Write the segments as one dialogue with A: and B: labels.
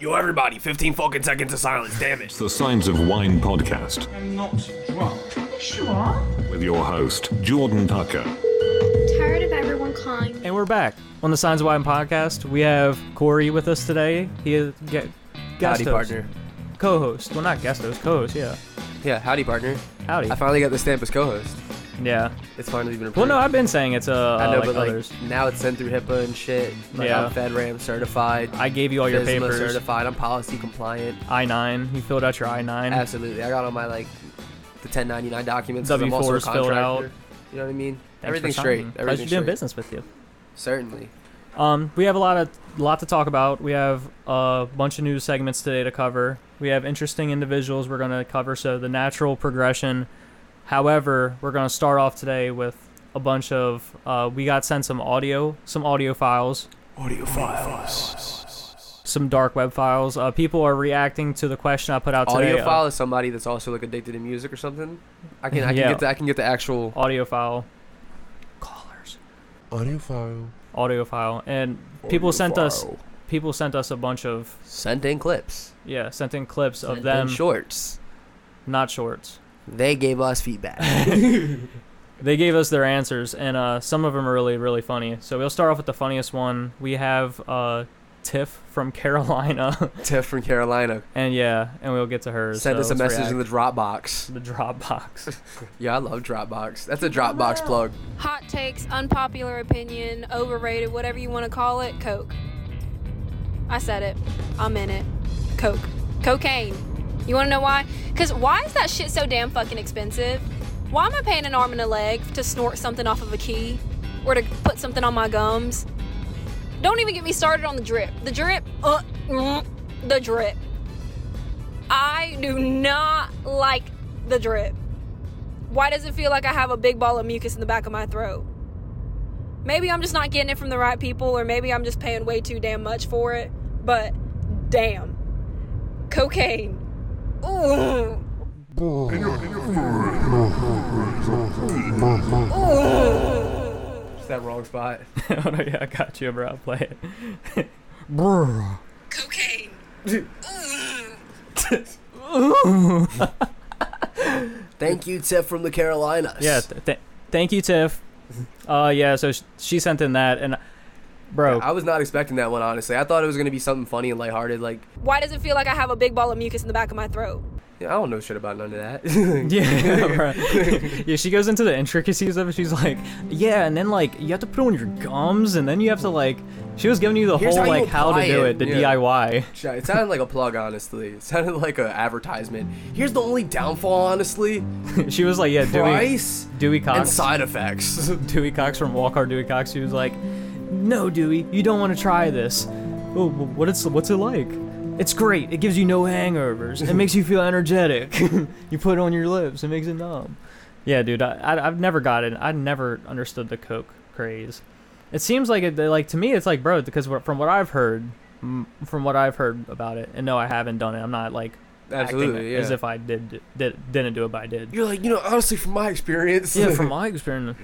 A: Yo, everybody, 15 fucking seconds of silence, damn it.
B: It's the Signs of Wine podcast
C: I'm not drunk.
D: Sure.
B: with your host, Jordan Tucker.
E: tired of everyone calling me
F: And we're back on the Signs of Wine podcast. We have Corey with us today. He is get, guest
G: Howdy,
F: host,
G: partner.
F: co-host. Well, not guest host, co-host. Yeah,
G: Yeah, howdy, partner.
F: howdy.
G: I finally got the stamp as co-host.
F: yeah.
G: It's finally been approved.
F: Well, no, I've been saying it's uh,
G: I know,
F: like
G: but
F: others.
G: like now it's sent through HIPAA and shit. Like,
F: Yeah.
G: I'm FedRAMP certified.
F: I gave you all your
G: FSMA
F: papers.
G: certified. I'm policy compliant.
F: I nine. You filled out your I nine.
G: Absolutely. I got all my like the 1099 documents. 'cause I'm also a
F: W-4s filled out.
G: contractor. You know what I mean? Everything's straight.
F: Pleasure
G: Everything's
F: doing
G: straight.
F: business with you.
G: Certainly.
F: Um, we have a lot of lot to talk about. We have a bunch of news segments today to cover. We have interesting individuals we're going to cover. So the natural progression. However, we're going to start off today with a bunch of. Uh, we got sent some audio, some audio files,
A: Audio files.
F: some dark web files. Uh, people are reacting to the question I put out today.
G: Audiophile
F: uh,
G: is somebody that's also like addicted to music or something. I can I can
F: Yeah.
G: get the, I can get the actual.
F: audio file. Callers.
H: Audio file.
F: Audio file, and people sent us. People sent us a bunch of
G: Sent in clips
F: yeah, sent in clips
G: Sent
F: of
G: in
F: them,
G: shorts.
F: not shorts.
G: They gave us feedback.
F: they gave us their answers, and uh, some of them are really, really funny. So we'll start off with the funniest one. We have uh, Tiff from Carolina,
G: Tiff from Carolina
F: and yeah, and we'll get to her.
G: send
F: so
G: us a
F: let's
G: message in the Dropbox.
F: react. the Dropbox.
G: Yeah, I love Dropbox. That's a Dropbox
D: Wow.
G: plug.
I: hot takes, unpopular opinion, overrated, whatever you want to call it, Coke. I said it. I'm in it. Coke. Cocaine. You want to know why? Because why is that shit so damn fucking expensive? Why am I paying an arm and a leg to snort something off of a key or to put something on my gums? Don't even get me started on the drip. The drip, uh, mm, the drip. I do not like the drip. Why does it feel like I have a big ball of mucus in the back of my throat? Maybe I'm just not getting it from the right people, or maybe I'm just paying way too damn much for it, but damn. Cocaine. Ooh.
G: It's that wrong spot.
F: oh no, yeah, I got you, bro. I'll play it.
I: Cocaine.
G: Thank you, Tiff from the Carolinas.
F: Yeah, th- th- thank you, Tiff. Uh, yeah, so sh- she sent in that, and bro,
G: I was not expecting that one honestly. I thought it was gonna be something funny and lighthearted. Like
I: Why does it feel like I have a big ball of mucus in the back of my throat?
G: yeah, I don't know shit about none of that.
F: Yeah, right. yeah. She goes into the intricacies of it. She's like, yeah, and then like you have to put on your gums, and then you have to like. She was giving you the
G: Here's
F: whole
G: how you
F: like how to
G: apply
F: do
G: it.
F: it, the
G: Yeah.
F: DIY.
G: Sh- it sounded like a plug, honestly. It sounded like an advertisement. Here's the only downfall, honestly:
F: she was like, yeah, Dewey,
G: price
F: Dewey
G: and
F: Cox,
G: side effects.
F: Dewey Cox from Walker Dewey Cox. She was like, no, Dewey, you don't want to try this. Oh, wh- what it's what's it like? It's great. It gives you no hangovers. It makes you feel energetic. you put it on your lips. It makes it numb. Yeah, dude. I, I I've never got it. I never understood the Coke craze. It seems like it. Like to me, it's like, bro, because wh- from what I've heard, m- from what I've heard about it, and no, I haven't done it. I'm not like acting
G: Absolutely, yeah.
F: as if I did, did didn't do it, but I did.
G: You're like, you know, honestly, from my experience,
F: Yeah, from my experience.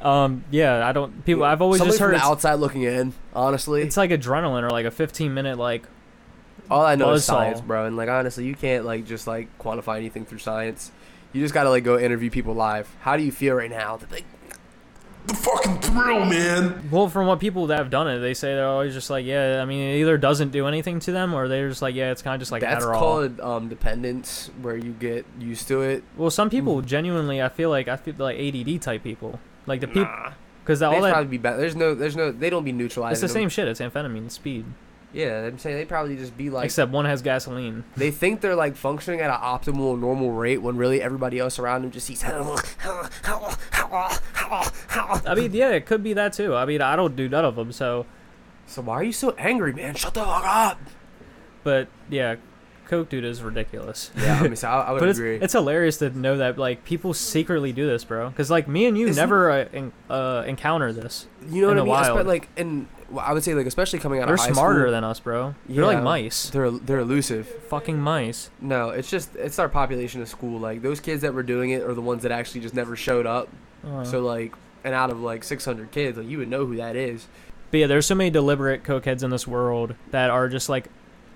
F: um, yeah, I don't. People, I've always
G: Somebody
F: just heard
G: from the
F: it's,
G: outside looking in. Honestly,
F: it's like adrenaline or like a 15 minute like
G: All I know is
F: Buzzsaw.
G: science, bro. And like honestly, you can't like just like quantify anything through science. You just gotta like go interview people live. How do you feel right now? They're like,
C: The fucking thrill, man.
F: Well, from what people that have done it, they say they're always just like, yeah. I mean, it either doesn't do anything to them, or they're just like, yeah, it's kind of just like
G: That's
F: Adderall.
G: called um, dependence, where you get used to it.
F: Well, some
G: Mm.
F: people genuinely, I feel like I feel like ADD type people, like the people, because
G: They
F: all that
G: probably be better. There's no, there's no, they don't be neutralized.
F: it's the same shit. It's amphetamine speed,
G: Yeah, I'm saying they probably just be like
F: except one has gasoline.
G: they think they're like functioning at an optimal normal rate when really everybody else around them just sees.
F: I mean, yeah, it could be that too. I mean, I don't do none of them, so.
G: So why are you so angry, man? Shut the fuck up.
F: But yeah, Coke dude is ridiculous.
G: Yeah, I mean, so I, I would
F: But it's,
G: agree.
F: it's hilarious to know that like people secretly do this, bro. Because like me and you
G: Isn't-
F: never uh, en- uh, encounter this.
G: You know
F: in
G: what I
F: the
G: mean? Espe-
F: wild.
G: like, and well, I would say, like, especially coming out
F: They're
G: of high
F: smarter
G: school,
F: than us, bro. They're like
G: Yeah.
F: mice,
G: they're they're elusive.
F: fucking mice.
G: No, it's just it's our population of school. Like those kids that were doing it are the ones that actually just never showed up.
F: Uh,
G: So like, and out of like 600 kids, like you would know who that is.
F: but yeah, there's so many deliberate cokeheads in this world that are just like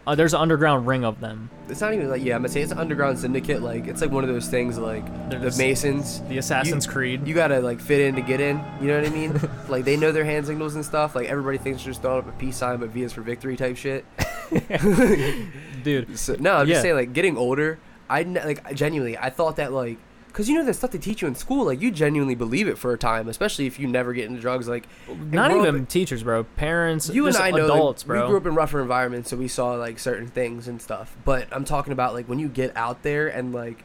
F: Uh, there's an underground ring of them.
G: It's not even like yeah. I'm gonna say it's an underground syndicate. Like it's like one of those things like
F: They're
G: the
F: just-
G: Masons,
F: the Assassin's
G: You-
F: Creed.
G: You gotta like fit in to get in. You know what I mean? like they know their hand signals and stuff. Like everybody thinks they're just throwing up a peace sign, but V is for victory type shit.
F: Dude,
G: So, no, I'm
F: Yeah.
G: just saying like getting older. I n- like genuinely. I thought that like because you know the stuff they teach you in school. Like you genuinely believe it for a time, especially if you never get into drugs. Like and
F: not
G: grow up-
F: even teachers, bro. Parents,
G: you and
F: just
G: I know like,
F: adults, bro.
G: we grew up in rougher environments, so we saw like certain things and stuff. But I'm talking about like when you get out there and like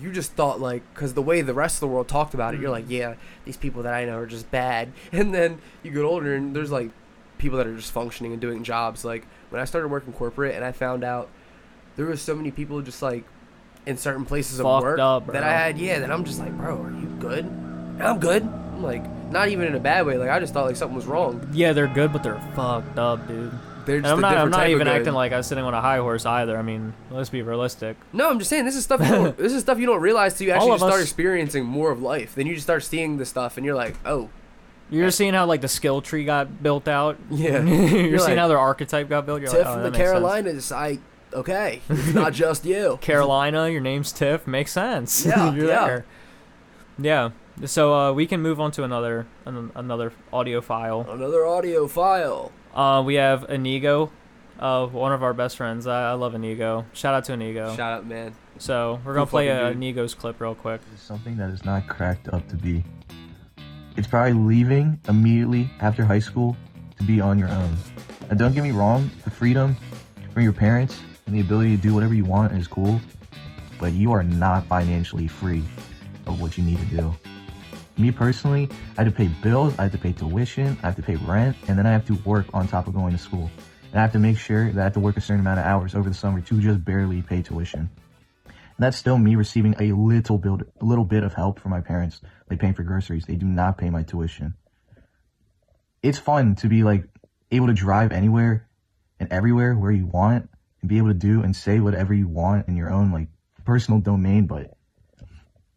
G: you just thought like because the way the rest of the world talked about it, you're
F: Mm.
G: like, yeah, these people that I know are just bad. And then you get older and there's like people that are just functioning and doing jobs. Like when I started working corporate and I found out there was so many people just like in certain places of
F: Fucked
G: work
F: up, bro.
G: that I had, yeah, that I'm just like, bro, are you good? I'm good. I'm like not even in a bad way. Like I just thought like something was wrong.
F: yeah, they're good, but they're fucked up, dude.
G: They're
F: And
G: just
F: I'm
G: a
F: not, I'm
G: different
F: not
G: type of
F: even
G: good.
F: acting like I was sitting on a high horse either. I mean, let's be realistic.
G: No, I'm just saying this is stuff. You don't, this is stuff you don't realize till you
F: All
G: actually
F: of
G: just start
F: us-
G: experiencing more of life. Then you just start seeing this stuff, and you're like, oh,
F: You're seeing how like the skill tree got built out. you're,
G: Yeah. You're
F: seeing
G: like,
F: how their archetype got built. You're
G: Tiff
F: like, oh,
G: from
F: that
G: the
F: makes sense."
G: Carolinas. I okay, it's not just you.
F: Carolina, your name's Tiff. Makes sense.
G: Yeah,
F: You're
G: yeah.
F: there. Yeah. So uh, we can move on to another an- another audio file.
G: Another audio file.
F: Uh, we have Inigo, uh, one of our best friends. I, I love Inigo. Shout out to Inigo.
G: Shout out, man.
F: so we're gonna play
G: fucking
F: uh,
G: dude.
F: Inigo's clip real quick.
D: is something that is not cracked up to be. It's probably leaving immediately after high school to be on your own. Now, don't get me wrong, the freedom from your parents and the ability to do whatever you want is cool, but you are not financially free of what you need to do. Me personally, I had to pay bills, I had to pay tuition, I have to pay rent, and then I have to work on top of going to school. And I have to make sure that I have to work a certain amount of hours over the summer to just barely pay tuition. And that's still me receiving a little bit, little bit of help from my parents, like paying for groceries. They do not pay my tuition. It's fun to be like able to drive anywhere and everywhere where you want and be able to do and say whatever you want in your own like personal domain, but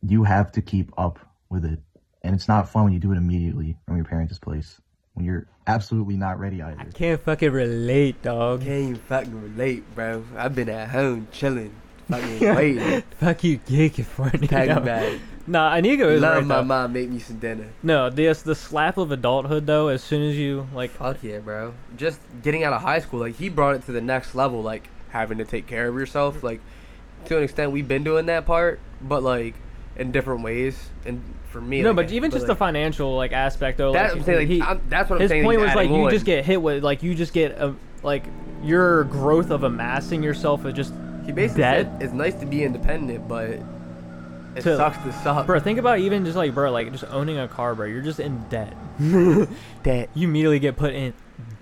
D: you have to keep up with it. And it's not fun when you do it immediately from your parents' place when you're absolutely not ready either.
F: Can't fucking relate, dog.
G: Can't even fucking relate, bro. I've been at home chilling, fucking waiting,
F: Fuck you, geek for
G: packing
F: Inigo.
G: bag.
F: Nah, Inigo is
G: Love
F: right,
G: my
F: though.
G: mom make me some dinner.
F: No, this the slap of adulthood though. As soon as you like,
G: Fuck yeah, bro. Just getting out of high school, like he brought it to the next level, like having to take care of
F: Mm.
G: yourself. Like to an extent we've been doing that part, but like in different ways. And for me
F: no,
G: like,
F: but even just the
G: like,
F: financial like aspect though.
G: That-
F: like,
G: I'm saying, like,
F: he-
G: I'm- that's what I'm
F: his
G: saying,
F: point
G: he's
F: was like
G: adding
F: you
G: on.
F: just get hit with like you just get a, like your growth of amassing yourself is just
G: he basically
F: debt.
G: said it's nice to be independent, but it
F: To-
G: sucks to suck.
F: Bro, think about even just like bro, like just owning a car, bro. You're just in debt.
G: Debt,
F: You immediately get put in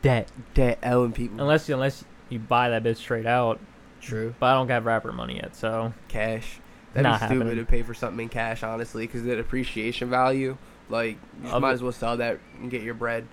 F: debt
G: debt, owing people.
F: unless unless you buy that bitch straight out.
G: True.
F: But I don't have rapper money yet, so
G: Cash. That'd
F: Not
G: be stupid
F: happening.
G: to pay for something in cash, honestly, because the appreciation value. Like you just
F: Of
G: might
F: it.
G: as well sell that and get your bread.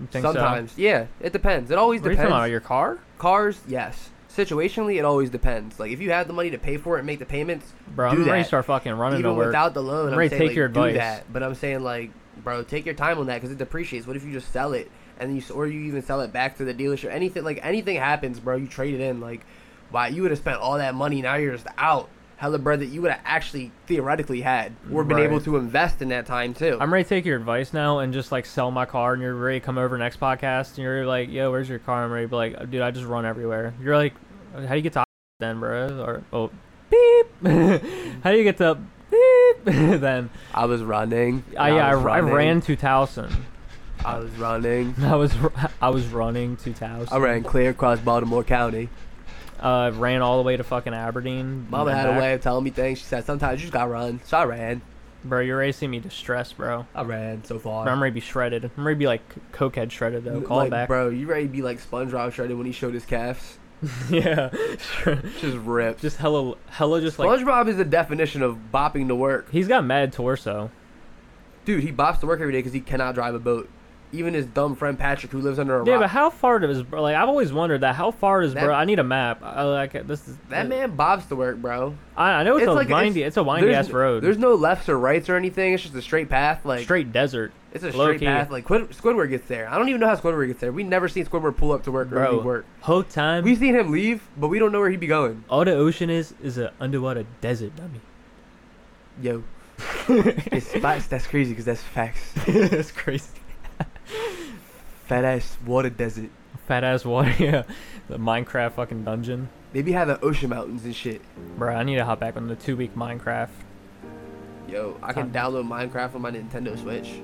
F: you think so?
G: Sometimes, yeah, it depends. It always
F: What are you
G: depends.
F: talking about, your car,
G: Cars, yes. Situationally, it always depends. Like if you have the money to pay for it and make the payments,
F: bro.
G: do
F: I'm ready
G: that.
F: to start fucking running
G: Even
F: to work.
G: without the loan,
F: I'm
G: I'm
F: ready to
G: saying
F: take
G: like,
F: your advice.
G: do that. But I'm saying like, bro, take your time on that because it depreciates. What if you just sell it and you s- or you even sell it back to the dealership? Anything like anything happens, bro. You trade it in. Like, why you would have spent all that money? Now you're just out. Hella bread that you would have actually theoretically had or been
F: Right.
G: able to invest in that time too.
F: I'm ready to take your advice now and just like sell my car, and you're ready to come over next podcast, and you're like, "Yo, where's your car?" I'm ready to be like, "Dude, I just run everywhere." You're like, "How do you get to then, bro?" Or oh, beep. How do you get to beep? then
G: I was running.
F: I, yeah, I,
G: was
F: I
G: running,
F: ran to Towson.
G: I was running.
F: I was r- I was running to Towson.
G: I ran clear across Baltimore County.
F: Uh, ran all the way to fucking Aberdeen.
G: Mama
F: and
G: had
F: back.
G: a way of telling me things. She said, sometimes you just gotta run. So I ran.
F: Bro, you're racing me distressed, bro.
G: I ran so far.
F: Bro, I'm ready to be shredded. I'm ready to be like c- cokehead shredded though. Call
G: like,
F: back.
G: Bro, you ready to be like SpongeBob shredded when he showed his calves?
F: yeah.
G: Just ripped.
F: just hella hella just like
G: SpongeBob is the definition of bopping to work.
F: He's got mad torso.
G: Dude, he bops to work every day because he cannot drive a boat. Even his dumb friend Patrick, who lives under a
F: Yeah,
G: rock.
F: but how far does bro? Like I've always wondered that. How far does
G: That-
F: bro? I need a map. I like it. this is
G: that man bobs to work, bro.
F: I, I know it's, a windy. It's, a windy
G: there's-
F: ass road.
G: There's no lefts or rights or anything. It's just a straight path. Like
F: straight desert.
G: It's a
F: Low
G: straight
F: key.
G: path. Like Squid- Squidward gets there. I don't even know how Squidward gets there. We never seen Squidward pull up to work or
F: Bro,
G: leave work.
F: whole time
G: We've seen him leave, but we don't know where he be going.
F: all the ocean is is an underwater desert. I mean,
G: Yo, it's facts. That's crazy because that's facts.
F: that's crazy.
G: Fat ass water desert.
F: Fat ass water. Yeah, the Minecraft fucking dungeon.
G: They be having ocean mountains and shit.
F: Bro, I need to hop back on the two week Minecraft.
G: Yo, I can download Minecraft on my Nintendo Switch.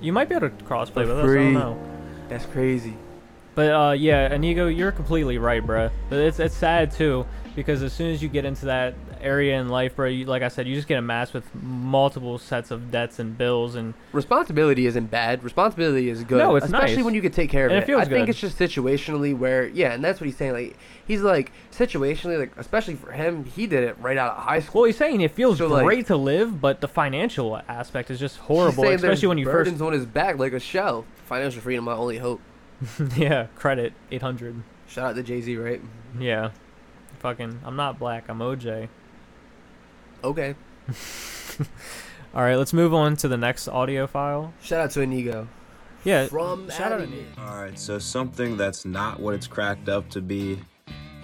F: You might be able to crossplay
G: For
F: with us. I
G: free.
F: don't know.
G: That's crazy.
F: But uh, yeah, Inigo, you're completely right, bruh. But it's it's sad too because as soon as you get into that area in life, bro, you, like I said, you just get amassed with multiple sets of debts and bills, and
G: Responsibility isn't bad. Responsibility is good.
F: No, it's
G: especially
F: nice.
G: when you can take care of
F: And
G: it.
F: it feels
G: I think
F: good.
G: it's just situationally where yeah, and that's what he's saying. Like he's like situationally, like especially for him, he did it right out of high school.
F: well, he's saying it feels
G: So, like-
F: great to live, but the financial aspect is just
G: He's
F: horrible,
G: saying there's
F: especially when you
G: burdens on his back like a shell. Financial freedom, my only hope.
F: first. yeah, credit eight hundred.
G: Shout out to Jay Z, right?
F: Yeah, fucking. I'm not black. I'm OJ.
G: Okay.
F: All right, let's move on to the next audio file.
G: Shout out to Inigo.
F: Yeah,
G: From
F: shout out
G: Inigo.
H: Alright, so something that's not what it's cracked up to be,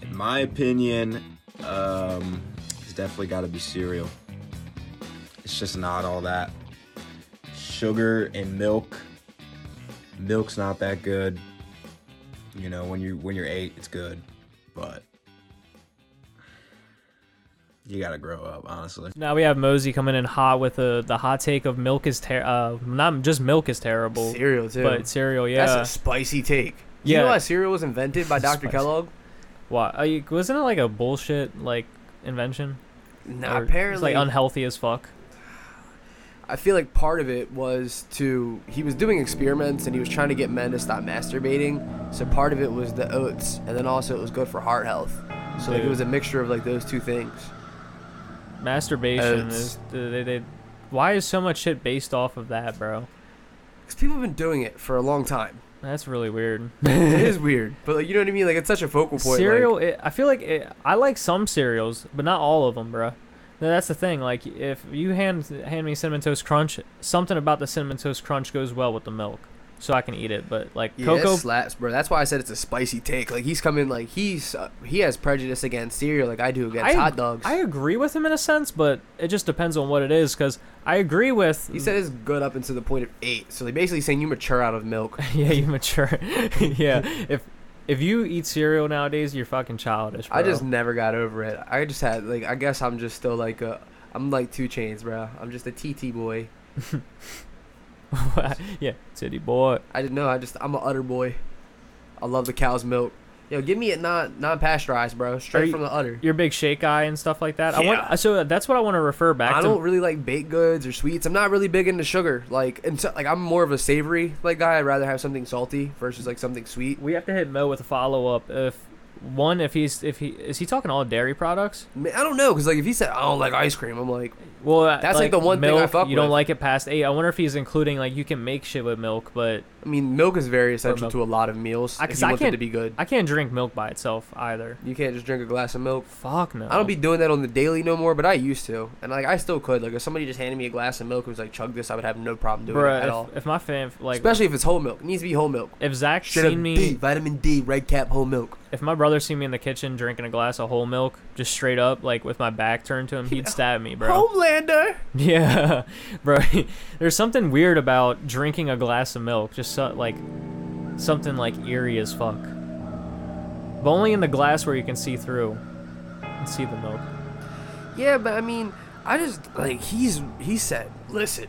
H: in my opinion, um, it's definitely got to be cereal. It's just not all that. Sugar and milk. Milk's not that good. You know, when you when you're eight, it's good, but you gotta grow up, honestly.
F: Now we have Mosey coming in hot with uh, the the hot take of milk is ter- uh not just milk is terrible,
G: Cereal too.
F: but cereal. Yeah,
G: That's a spicy take. You
F: Yeah.
G: know how cereal was invented by Dr.
F: Spicy.
G: Kellogg?
F: Why? Are you, uh, wasn't it like a bullshit like invention?
G: Nah,
F: Or it's
G: apparently.
F: like unhealthy as fuck.
G: I feel like part of it was to he was doing experiments and he was trying to get men to stop masturbating. So part of it was the oats, and then also it was good for heart health. So like it
F: Dude.
G: was a mixture of like those two things.
F: Masturbation
G: Oats.
F: is they, they. Why is so much shit based off of that, bro?
G: Because people have been doing it for a long time.
F: That's really weird.
G: it is weird, but like you know what I mean. Like it's such a focal point.
F: cereal, it, I feel like it, I like some cereals, but not all of them, bro. No, That's the thing. Like, if you hand hand me cinnamon toast crunch, something about the cinnamon toast crunch goes well with the milk, so I can eat it. But like
G: Yeah,
F: cocoa,
G: that slaps, bro. That's why I said it's a spicy take. Like he's coming, like he's uh, he has prejudice against cereal, like I do against
F: I,
G: hot dogs.
F: I agree with him in a sense, but it just depends on what it is. Because I agree with
G: he said it's good up until the point of eight. So they basically saying you mature out of milk.
F: yeah, you mature. yeah, if if you eat cereal nowadays, you're fucking childish. Bro.
G: I just never got over it. I just had like I guess I'm just still like a I'm like two chains, bro. I'm just a TT boy.
F: yeah, titty boy.
G: I didn't know. I just I'm a udder boy. I love the cow's milk. Yo, give me it non non pasteurized, bro. Straight
F: you-
G: from the udder.
F: You're a big shake guy and stuff like that. I
A: Yeah.
F: want so that's what I want to refer back
G: I
F: to.
G: don't really like baked goods or sweets. I'm not really big into sugar. Like, and so, like I'm more of a savory like guy. I'd rather have something salty versus like something sweet.
F: we have to hit Mo with a follow up. If one, if he's if he is he talking all dairy products?
G: I, mean, I don't know, cause like if he said I don't like ice cream, I'm like,
F: Well,
G: That's, like, the one thing I
F: milk,
G: fuck
F: You don't
G: with.
F: like it past eight. I wonder if he's including like you can make shit with milk, but
G: I mean, milk is very essential
F: milk.
G: to a lot of meals.
F: I,
G: if
F: cause
G: you
F: I
G: want
F: can't
G: it to be good,
F: I can't drink milk by itself either.
G: you can't just drink a glass of milk.
F: Fuck no.
G: I don't be doing that on the daily no more, but I used to, and like I still could. Like if somebody just handed me a glass of milk and was like, "Chug this," I would have no problem doing it
F: Bruh,
G: at
F: if,
G: all.
F: if my fam like
G: Especially if it's whole milk, it needs to be whole milk.
F: if Zach
G: Straight up
F: seen me
G: D, vitamin D, red cap, whole milk.
F: if my brother seen me in the kitchen drinking a glass of whole milk, just straight up, like with my back turned to him, he'd stab me, bro.
G: Homelander.
F: Yeah, bro. There's something weird about drinking a glass of milk, just so, like something like eerie as fuck. But only in the glass where you can see through and see the milk.
G: Yeah, but I mean, I just like he's he said, listen,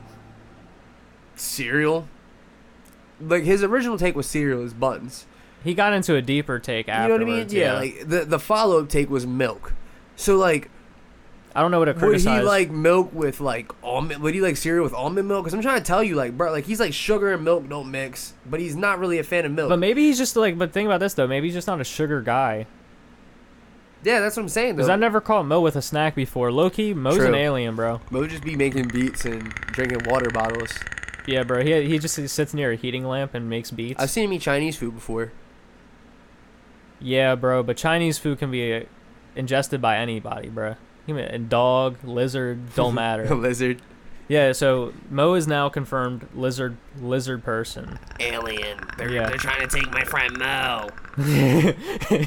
G: cereal. Like his original take was cereal is buns.
F: He got into a deeper take
G: You know
F: afterwards.
G: what I mean? Yeah. Like the the follow up take was milk. So like,
F: I don't know what to
G: would
F: criticize.
G: he like milk with like almond? Would he like cereal with almond milk? Because I'm trying to tell you, like, bro, like he's like sugar and milk don't mix, but he's not really a fan of milk.
F: but maybe he's just like. But think about this though. Maybe he's just not a sugar guy.
G: yeah, that's what I'm saying.
F: Cause I
G: Though.
F: never caught Mo with a snack before. Low key, Mo's an
G: True.
F: alien, bro.
G: Mo just be making beats and drinking water bottles.
F: Yeah, bro. He he just sits near a heating lamp and makes beats.
G: I've seen him eat Chinese food before.
F: Yeah, bro, but Chinese food can be uh, ingested by anybody, bro. You mean- And dog, lizard, don't matter.
G: Lizard.
F: Yeah, so Mo is now confirmed lizard lizard person.
A: Alien. They're,
F: Yeah.
A: they're trying to take my friend Mo.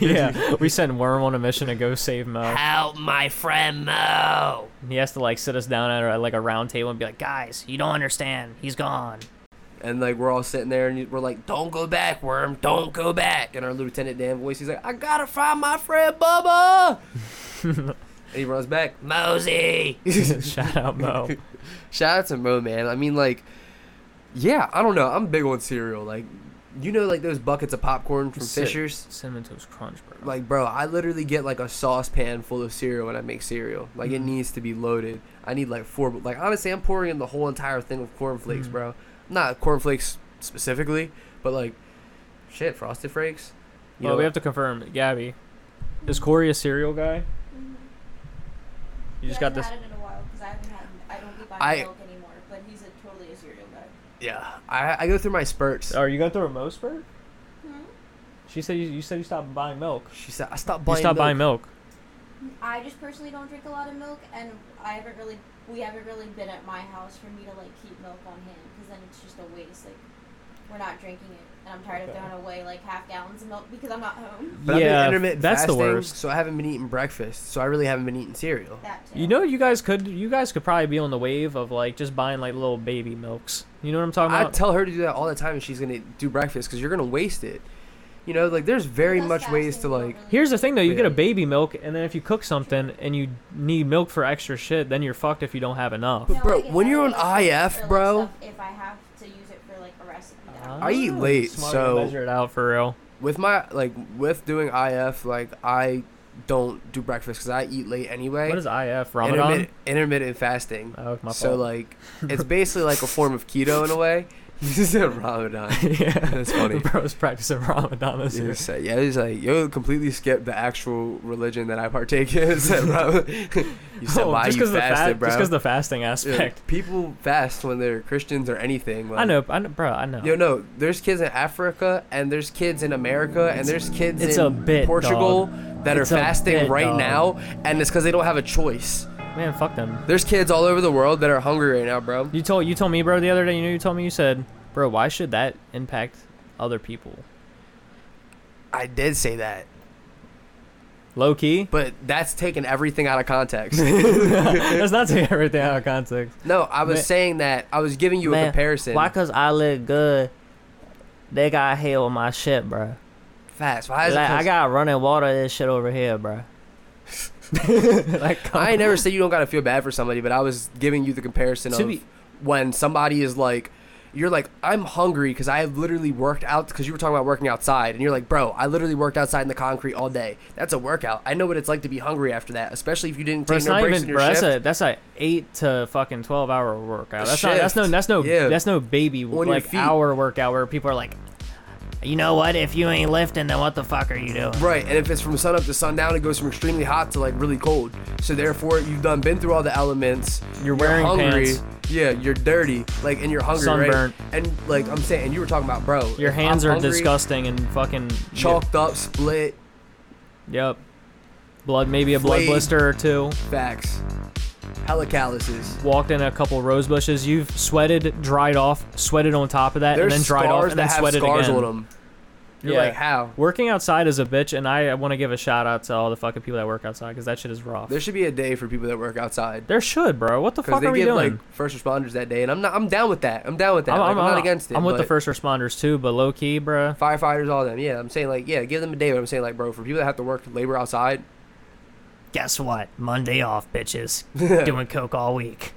F: yeah, we send Worm on a mission to go save Mo.
A: Help my friend Mo.
F: He has to like sit us down at like a round table and be like, "Guys, you don't understand. He's gone."
G: And like we're all sitting there, and we're like, "Don't go back, Worm! Don't go back!" And our Lieutenant Dan voice, he's like, "I gotta find my friend Bubba." and he runs back.
A: Mosey.
F: Shout out Mo.
G: Shout out to Mo, man. I mean, like, yeah, I don't know. I'm big on cereal. Like, you know, like those buckets of popcorn from
F: Sick.
G: Fisher's.
F: Cinnamon Toast Crunch, bro.
G: Like, bro, I literally get like a saucepan full of cereal when I make cereal. Like,
F: Mm-hmm.
G: it needs to be loaded. I need like four. Like, honestly, I'm pouring in the whole entire thing of
F: Mm-hmm.
G: cornflakes, bro. Not cornflakes specifically, but like, shit, frosted flakes. You
F: well,
G: know,
F: we have to confirm, Gabby. Is Corey a cereal guy? You just got this.
J: Had it in a while because I haven't had. I don't be buying
G: I-
J: milk anymore. But he's a totally a cereal guy.
G: yeah. I, I go through my spurts.
F: Are you going through a Mo spurt?
G: Hmm?
F: She said you, you said you stopped buying milk.
G: She said, I stopped
F: You
G: buying.
F: stopped buying milk.
J: I just personally don't drink a lot of milk, and I haven't really. We haven't really been at my house for me to like keep milk on hand because then it's just a waste. Like we're not drinking it, and I'm tired of
F: Okay.
J: throwing away like half gallons of milk because I'm not home.
G: But I've
F: Yeah,
G: been intermittent
F: that's the
G: fasting,
F: worst.
G: So I haven't been eating breakfast. So I really haven't been eating cereal.
J: That too.
F: You know, you guys could you guys could probably be on the wave of like just buying like little baby milks. You know what I'm talking
G: I
F: about?
G: tell her to do that all the time, and she's gonna do breakfast because you're gonna waste it. You know, like there's very
J: That's
G: much ways
J: fasting, you
G: to
J: don't
G: like.
J: really-
F: Here's the thing though, you get a
G: Yeah.
F: baby milk, and then if you cook something and you need milk for extra shit, then you're fucked if you don't have enough.
J: No, I
G: Bro,
J: get
G: when
J: that
G: you're on
J: for, like,
G: IF,
J: stuff
G: bro- Uh-huh.
J: If I have to use it for like a recipe. that I'm
G: I eat late,
F: Ah, Smart to
G: so-
F: measure it out for real.
G: With my like with doing IF, like I don't do breakfast because I eat late anyway.
F: What is IF Ramadan?
G: intermittent, intermittent fasting?
F: Oh, my
G: so
F: fault.
G: like, it's basically like a form of keto in a way. You said Ramadan.
F: yeah,
G: That's funny.
F: Bro was practicing Ramadan this
G: Yeah,
F: year.
G: so- yeah, he's like, yo, completely skip the actual religion that I partake in. Said, Ram- you said
F: Oh,
G: why
F: just
G: you
F: 'cause the fa-
G: fasted, bro?
F: Just because the fasting
G: Yeah,
F: aspect.
G: people fast when they're Christians or anything. Like,
F: I know, I know, bro. I know.
G: Yo, no, there's kids in Africa and there's kids in America and there's kids
F: it's
G: in
F: a bit,
G: Portugal that
F: It's a
G: are fasting
F: bit,
G: right
F: dog.
G: now, and it's because they don't have a choice.
F: Man, fuck them.
G: There's kids all over the world that are hungry right now, bro.
F: You told you told me, bro, the other day. You know, you told me you said, bro, why should that impact other people?
G: I did say that,
F: Low key.
G: but that's taking everything out of context.
F: Let's not take everything out of context.
G: no, I was
F: Man.
G: saying that I was giving you a comparison.
F: Cause I look good. They got hell on my shit, bro.
G: fast? Why is it? 'cause-
F: got running water this shit over here, bro. like,
G: I ain't never said you don't gotta feel bad for somebody, but I was giving you the comparison
F: To
G: of
F: be-
G: when somebody is like, you're like, I'm hungry because I have literally worked out because you were talking about working outside, and you're like, bro, I literally worked outside in the concrete all day. That's a workout. I know what it's like to be hungry after that, especially if you didn't
F: Bro,
G: take
F: it's
G: no
F: not
G: breaks
F: even.
G: in your
F: Bro, that's
G: shift.
F: a that's a eight to fucking twelve hour workout. That's not. That's no.
G: shift.
F: That's no.
G: Yeah.
F: That's no baby
G: your
F: like
G: feet.
F: hour workout where people are like, you know what? If you ain't lifting, then what the fuck are you doing?
G: Right, and if it's from sun up to sundown, it goes from extremely hot to like really cold. So therefore, you've done been through all the elements.
F: You're wearing
G: hungry.
F: pants.
G: Yeah, you're dirty. Like, and you're hungry. right?
F: Sunburnt.
G: And like I'm saying, and you were talking about, bro.
F: Your
G: if
F: hands
G: I'm
F: are
G: hungry,
F: disgusting and fucking.
G: Chalked up, split,
F: Yep. Blood, maybe a blood
G: Flayed.
F: blister or two.
G: Facts. Hella calluses.
F: Walked in a couple rose bushes. You've sweated, dried off, sweated on top of that,
G: There's
F: and then dried off,
G: scars
F: and then
G: that have
F: sweated
G: scars
F: again.
G: on them. You're like, how?
F: Working outside is a bitch, and I want to give a shout out to all the fucking people that work outside because that shit is rough.
G: There should be a day for people that work outside
F: There should, bro. What the
G: because
F: fuck
G: they
F: are we
G: give
F: doing?
G: like first responders that day, and I'm not. I'm down with that. I'm down with that. Like, I'm, not against it.
F: I'm with the
G: but
F: first responders too, but low key, bro.
G: firefighters, all them. Yeah, I'm saying like, yeah, give them a day. But I'm saying like, bro, for people that have to work labor outside,
F: Guess what? Monday off, bitches. Doing coke all week.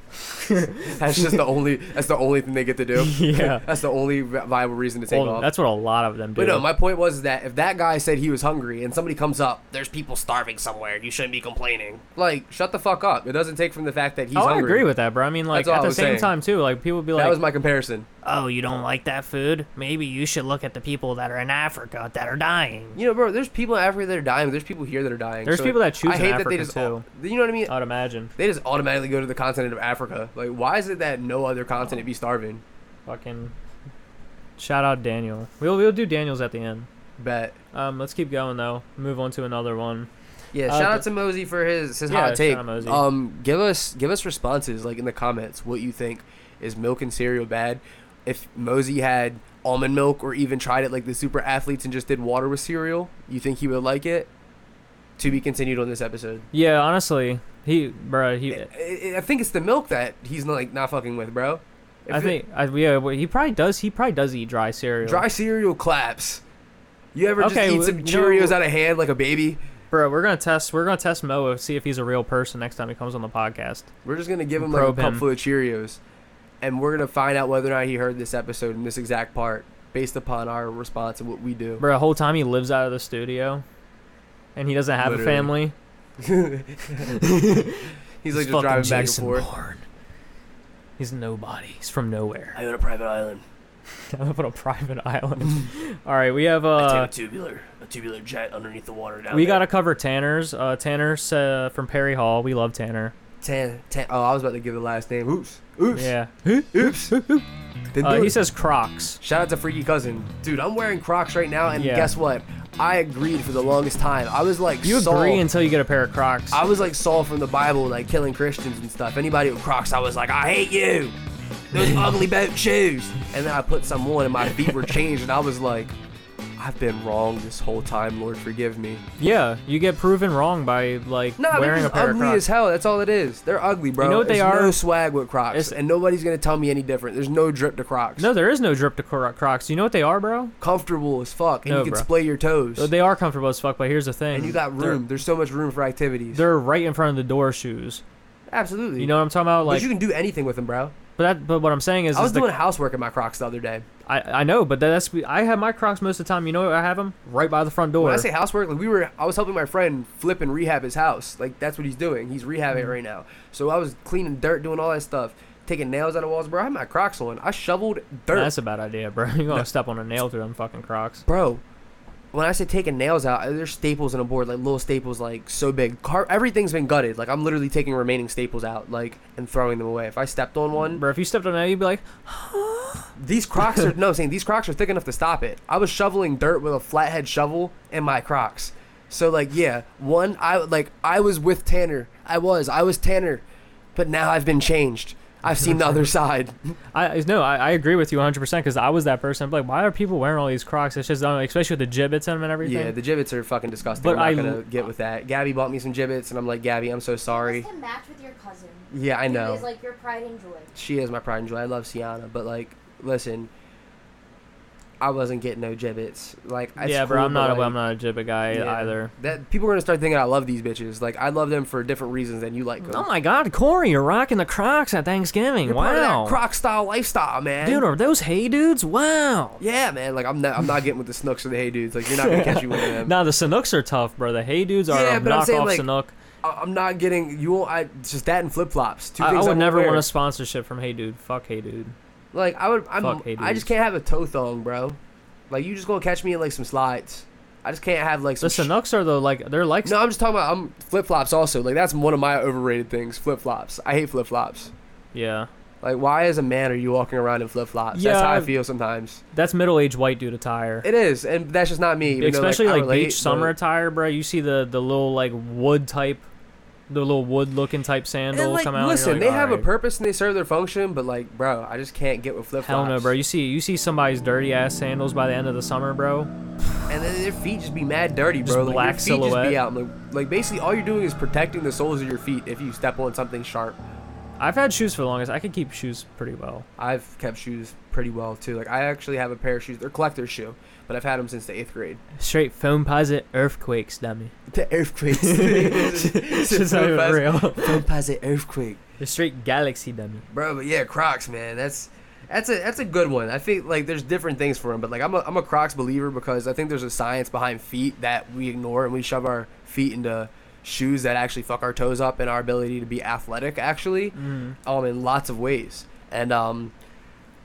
G: that's just the only. That's the only thing they get to do.
F: Yeah.
G: that's the only vi- viable reason to take
F: Well,
G: off.
F: that's what a lot of them do.
G: but no, my point was that if that guy said he was hungry and somebody comes up,
A: There's people starving somewhere. You shouldn't be complaining.
G: like, shut the fuck up. It doesn't take from the fact that he's
F: oh, I
G: hungry.
F: agree with that, bro. I mean, like
G: That's all
F: at
G: I
F: the
G: was
F: same
G: saying.
F: time too, like people be
G: that
F: like,
G: was my comparison.
F: "Oh, you don't like that food? Maybe you should look at the people that are in Africa that are dying."
G: You know, bro, there's people in Africa that are dying. but There's people here that are dying.
F: There's people that choose
G: I hate
F: in
G: that they
F: Africa,
G: just,
F: too. Uh,
G: You know what I mean?
F: I'd imagine.
G: They just automatically go to the continent of Africa. Like, why is it that no other continent be starving?
F: Fucking. Shout out Daniel. We'll we'll do Daniel's at the end.
G: Bet.
F: Um, let's keep going though. Move on to another one.
G: Yeah,
F: Uh,
G: shout
F: the-
G: out to Mosey for his his
F: Yeah, shout
G: hot take.
F: out Mosey.
G: Um, give us give us responses like in the comments what you think is milk and cereal bad. If Mosey had almond milk or even tried it like the super athletes and just did water with cereal, you think he would like it? To be continued on this episode.
F: Yeah, honestly, he, bro, he.
G: I, I- I think it's the milk that he's not, like not fucking with, bro. If
F: I
G: it-
F: think, I, yeah, well, he probably does. He probably does eat dry cereal.
G: dry cereal claps. You ever
F: Okay,
G: just eat
F: well,
G: some
F: you know-
G: Cheerios out of hand like a baby?
F: bro. We're gonna test. We're gonna test Mo see if he's a real person next time he comes on the podcast.
G: We're just gonna give him like a
F: Probe
G: cup
F: him.
G: full of Cheerios, and we're gonna find out whether or not he heard this episode in this exact part based upon our response and what we do.
F: Bro, the whole time he lives out of the studio, and he doesn't have
G: Literally.
F: a family.
G: He's like just
F: fucking
G: driving back and
F: Jason
G: forth.
F: Bourne. He's nobody. He's from nowhere.
G: I own a private island.
F: I'm up on a private island. All right, we have uh,
G: tubular, a tubular jet underneath the water down
F: we gotta cover Tanner's. Uh, Tanner's uh, from Perry Hall. We love Tanner.
G: Tan, tan. Oh, I was about to give the last name. Oops. Oops.
F: Yeah.
G: Oops. Then
F: Uh,
G: do
F: he
G: it.
F: says Crocs.
G: Shout out to Freaky Cousin. Dude, I'm wearing Crocs right now, and
F: Yeah.
G: guess what? I agreed for the longest time. I was like,
F: You
G: Saul.
F: agree until you get a pair of Crocs.
G: I was like Saul from the Bible, like killing Christians and stuff. Anybody with Crocs, I was like, I hate you. Those ugly boat shoes. And then I put some on, and my feet were changed, and I was like, I've been wrong this whole time. Lord, forgive me.
F: yeah, you get proven wrong by like
G: No, they're
F: wearing a
G: just
F: pair of
G: ugly
F: Crocs.
G: as hell. That's all it is. They're ugly, bro.
F: You know what they
G: There's
F: are?
G: No swag with Crocs,
F: It's-
G: and nobody's gonna tell me any different. There's no drip to Crocs.
F: No, there is no drip to Cro- Crocs. You know what they are, bro?
G: comfortable as fuck, and
F: No,
G: you can
F: bro.
G: splay your toes.
F: They are comfortable as fuck. But here's the thing.
G: and you got
F: They're-
G: room. There's so much room for activities.
F: They're right in front of the door shoes.
G: Absolutely.
F: You know what I'm talking about? Like,
G: but you can do anything with them, bro.
F: but that, but what I'm saying is,
G: I
F: is
G: was
F: the-
G: doing housework in my Crocs the other day.
F: I, I know, but that's I have my Crocs most of the time. You know, where I have them right by the front door.
G: When I say housework, like we were, I was helping my friend flip and rehab his house. Like that's what he's doing. He's rehabbing it
F: Mm-hmm.
G: right now. So I was cleaning dirt, doing all that stuff, taking nails out of walls, bro. I had my Crocs on. I shoveled dirt,
F: that's a bad idea, bro. You're gonna step on a nail through them fucking Crocs.
G: bro. When I say taking nails out, uh, there's staples in a board, like little staples, like so big. Car- everything's been gutted. Like I'm literally taking remaining staples out, like and throwing them away. If I stepped on one,
F: Bro, if you stepped on that, you'd be like,
G: these Crocs are no. I'm saying these Crocs are thick enough to stop it. I was shoveling dirt with a flathead shovel in my Crocs. So like yeah, one I like I was with Tanner. I was I was Tanner, but now I've been changed. I've seen the other side.
F: I I- no, I, I agree with you 100 percent because I was that person. I'm like, why are people wearing all these Crocs? It's just I don't know, especially with the gibbets in them and everything.
G: Yeah, the gibbets are fucking disgusting.
F: But
G: I'm not
F: I-
G: gonna get with that. Gabby bought me some gibbets, and I'm like, Gabby, I'm so sorry.
J: Just to match with your cousin.
G: Yeah, I
J: Who
G: know.
J: is like your pride and joy.
G: she is my pride and joy. I love Sienna, but like, listen, I wasn't getting no gibbets. Like, it's
F: yeah, bro,
G: cool,
F: I'm
G: but,
F: not a,
G: like,
F: I'm not a gibbet guy either.
G: That people are gonna start thinking I love these bitches. Like I love them for different reasons than you like them.
F: Oh my God, Corey, you're rocking the Crocs at Thanksgiving.
G: You're
F: wow,
G: part of that croc style lifestyle, man.
F: dude, are those Hey dudes? Wow.
G: yeah, man. Like I'm not, I'm not getting with the snooks or the hey dudes. Like you're not gonna catch me with them.
F: Now the Sanooks are tough, bro. The Hey dudes are
G: Yeah,
F: a
G: but I'm saying,
F: knockoff
G: like,
F: Sanook.
G: I, I'm not getting you. Won't, I it's just that and flip flops. Two
F: I, I
G: things
F: would
G: won't
F: never
G: wear.
F: want a sponsorship from Hey Dude. Fuck Hey Dude.
G: Like I would. I'm.
F: Fuck Hey
G: I just
F: Dudes.
G: can't have a toe thong, bro. Like you just gonna catch me in like some slides. I just can't have like
F: The
G: some. sh-
F: Sanooks are though like they're like
G: no, I'm just talking about I'm flip flops also. Like that's one of my overrated things. Flip flops. I hate flip flops.
F: yeah.
G: Like why as a man are you walking around in flip flops? that's
F: Yeah,
G: how I
F: I've-
G: feel sometimes.
F: That's middle aged white dude attire.
G: It is, and that's just not me. even though,
F: Especially
G: I
F: like,
G: relate,
F: beach summer
G: but-
F: attire, bro. You see the the little like wood type, the little wood looking type
G: And,
F: sandal
G: like,
F: come out. and you're
G: listen,
F: like,
G: they have a
F: "Alright."
G: purpose and they serve their function, but like, bro, I just can't get with flip
F: Hell
G: flops.
F: no, bro. You see you see somebody's dirty ass sandals by the end of the summer, bro.
G: And then their feet just be mad dirty,
F: Just
G: bro. Like,
F: black
G: your feet Just
F: silhouette.
G: be out. Like, like basically, all you're doing is protecting the soles of your feet if you step on something sharp.
F: I've had shoes for the longest. I can keep shoes pretty well.
G: I've kept shoes pretty well too. Like I actually have a pair of shoes. They're collector's shoe, but I've had them since the eighth grade.
F: Straight foam posit earthquakes, dummy.
G: The earthquakes.
F: It's just not even real.
G: earthquake.
F: The straight galaxy dummy.
G: bro. But yeah, Crocs, man. That's that's a that's a good one. I think like there's different things for them, but like I'm a I'm a Crocs believer because I think there's a science behind feet that we ignore and we shove our feet into shoes that actually fuck our toes up and our ability to be athletic actually,
F: Mm-hmm.
G: um, in lots of ways. And um,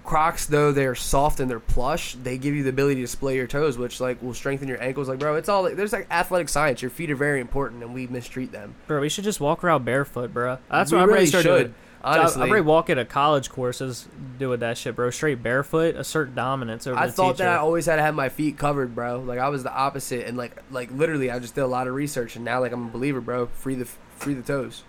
G: Crocs though they're soft and they're plush, they give you the ability to splay your toes, which like will strengthen your ankles. Like bro, it's all like, there's like athletic science. Your feet are very important, and we mistreat them.
F: Bro, we should just walk around barefoot, bro. That's
G: We
F: what I'm
G: really
F: ready to start
G: should.
F: doing.
G: Honestly,
F: I, I walk into college courses doing that shit, bro. Straight barefoot, assert dominance over
G: I
F: the
G: thought
F: teacher.
G: that I always had to have my feet covered, bro. Like I was the opposite, and like like literally, I just did a lot of research, and now like I'm a believer, bro. Free the free the toes.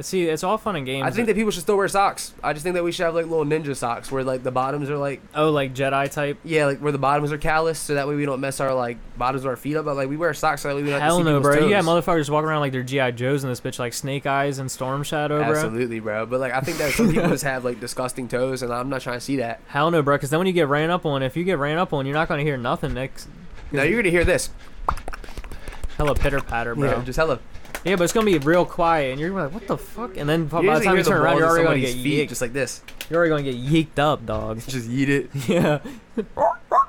F: See, it's all fun and games.
G: I think that people should still wear socks. I just think that we should have like little ninja socks where like the bottoms are like
F: oh, like Jedi type.
G: yeah, like where the bottoms are calloused, so that way we don't mess our like bottoms of our feet up. But like we wear socks so that way we don't.
F: Hell
G: have to see
F: no,
G: people's
F: bro. You got
G: toes.
F: motherfuckers walking around like they're GI Joes in this bitch, like Snake Eyes and Storm Shadow, bro.
G: Absolutely, bro. But like I think that some people just have like disgusting toes, and I'm not trying to see that.
F: Hell no, bro. Because then when you get ran up on, if you get ran up on, you're not gonna hear nothing next.
G: Now you're gonna hear this,
F: Hella pitter patter, bro.
G: bro.
F: Yeah,
G: Just hello.
F: but it's gonna be real quiet, and you're gonna be like, what the fuck? And then by
G: You're
F: the
G: just gonna
F: time you
G: hear the
F: turn around,
G: balls
F: you're
G: of
F: already gonna
G: somebody's
F: get
G: feet,
F: yeeked.
G: just like this.
F: you're already gonna get yeeked up, dog.
G: Just eat it.
F: yeah.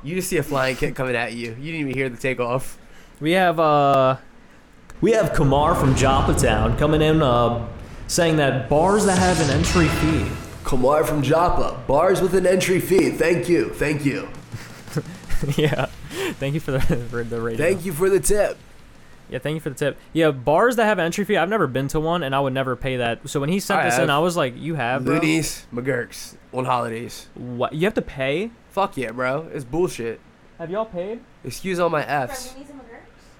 G: You just see a flying kick coming at you. You didn't even hear the takeoff.
F: We have uh we have Kamar from Joppa Town coming in uh saying that bars that have an entry fee.
G: Kumar from Joppa, bars with an entry fee. Thank you, thank you,
F: yeah. Thank you for the for the radio.
G: thank you for the tip.
F: Yeah, thank you for the tip. Yeah, bars that have an entry fee, I've never been to one and I would never pay that. So when he sent
G: I
F: this in,
G: have.
F: I was like, You have bro?
G: Loonies, McGurks on holidays.
F: What you have to pay?
G: Fuck yeah, bro. It's bullshit.
F: Have y'all paid?
G: Excuse all my
J: From
G: f's.
J: Winnie's and McGurk's?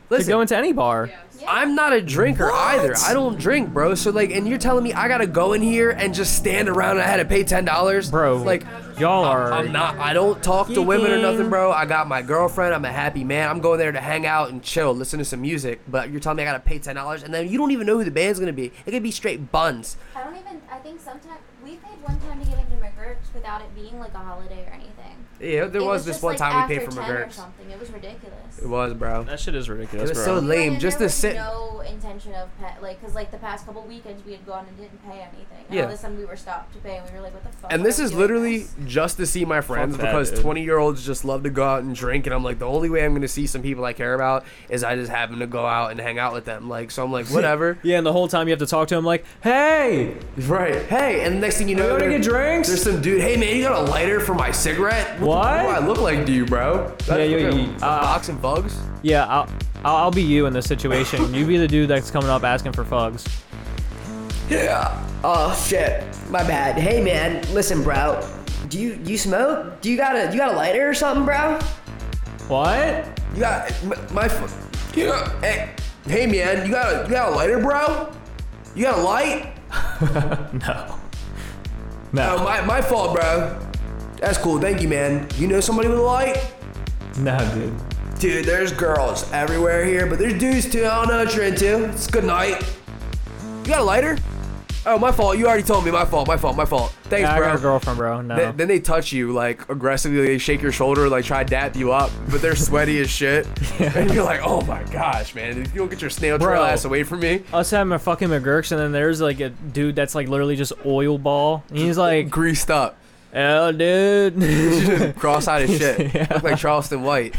F: To go
G: Listen,
F: into any bar.
J: Yeah.
G: I'm not a drinker either. I don't drink, bro. So like, and you're telling me I gotta go in here and just stand around and I had to pay ten dollars,
F: Bro,
G: Like,
F: y'all are
G: I'm not. I don't talk to women or nothing,
F: Geeking.
G: bro. I got my girlfriend. I'm a happy man. I'm going there to hang out and chill, listen to some music. But you're telling me I gotta pay ten dollars, and then you don't even know who the band's gonna be. It could be straight buns.
J: I don't even. I think sometimes we paid one time to get into McGurk's without it being like a holiday or anything.
G: Yeah, there
J: It
G: was, this
J: just,
G: one
J: like,
G: time we paid
J: after
G: for
J: 10 or
G: McGurk's.
J: something. It was ridiculous.
G: It was, bro.
F: that shit is ridiculous,
G: It
F: bro.
G: was so
J: We went
G: lame.
J: in
G: Just
J: there
G: to
J: with
G: sit.
J: No intention of pay, like because like the past couple weekends we had gone and didn't pay anything. And
G: Yeah.
J: All of a sudden we were stopped to pay and we were like, what the fuck?
G: And
J: why
G: this
J: are we
G: is
J: doing
G: literally
J: this?
G: just to see my friends
F: Fuck that,
G: because
F: dude.
G: 20 year olds just love to go out and drink. And I'm like, the only way I'm going to see some people I care about is I just happen to go out and hang out with them. Like, so I'm like, whatever.
F: Yeah, and the whole time you have to talk to him like, Hey,
G: right. Hey, and the next thing you know,
F: wanna
G: there-
F: get drinks?
G: There's some dude, hey man, you got a lighter for my cigarette? the
F: What?
G: fuck do I look like to you, bro? That's
F: Yeah, yeah,
G: fucking-
F: yeah,
G: some
F: uh,
G: boxing bugs?
F: Yeah, I'll, I'll, I'll be you in this situation. You be the dude that's coming up asking for fugs.
K: Yeah. Oh shit. My bad. Hey man, listen, bro. Do you you smoke? Do you got a you got a lighter or something, bro?
F: What?
G: You got my, my fu- you got- hey, hey man, you got a, you got a lighter, bro? You got a light?
F: No.
G: Oh,
F: No.
G: my, my fault, bro. That's cool. Thank you, man. You know somebody with a light?
F: No, dude.
G: Dude, there's girls everywhere here, but there's dudes too. I don't know what you're into. It's good night. You got a lighter? Oh, my fault. You already told me. My fault. My fault. My fault. Thanks,
F: Yeah, I
G: bro.
F: got a girlfriend, bro. No.
G: Th- then they touch you like aggressively. They shake your shoulder, like try to dap you up, but they're sweaty as shit. And you're like, oh my gosh, man. If you don't get your snail trail
F: Bro.
G: ass away from me,
F: Us having a fucking McGurk's, and then there's like a dude that's like literally just oil ball. And he's like,
G: greased up,
F: oh, dude.
G: cross-eyed as shit, look like Charleston White.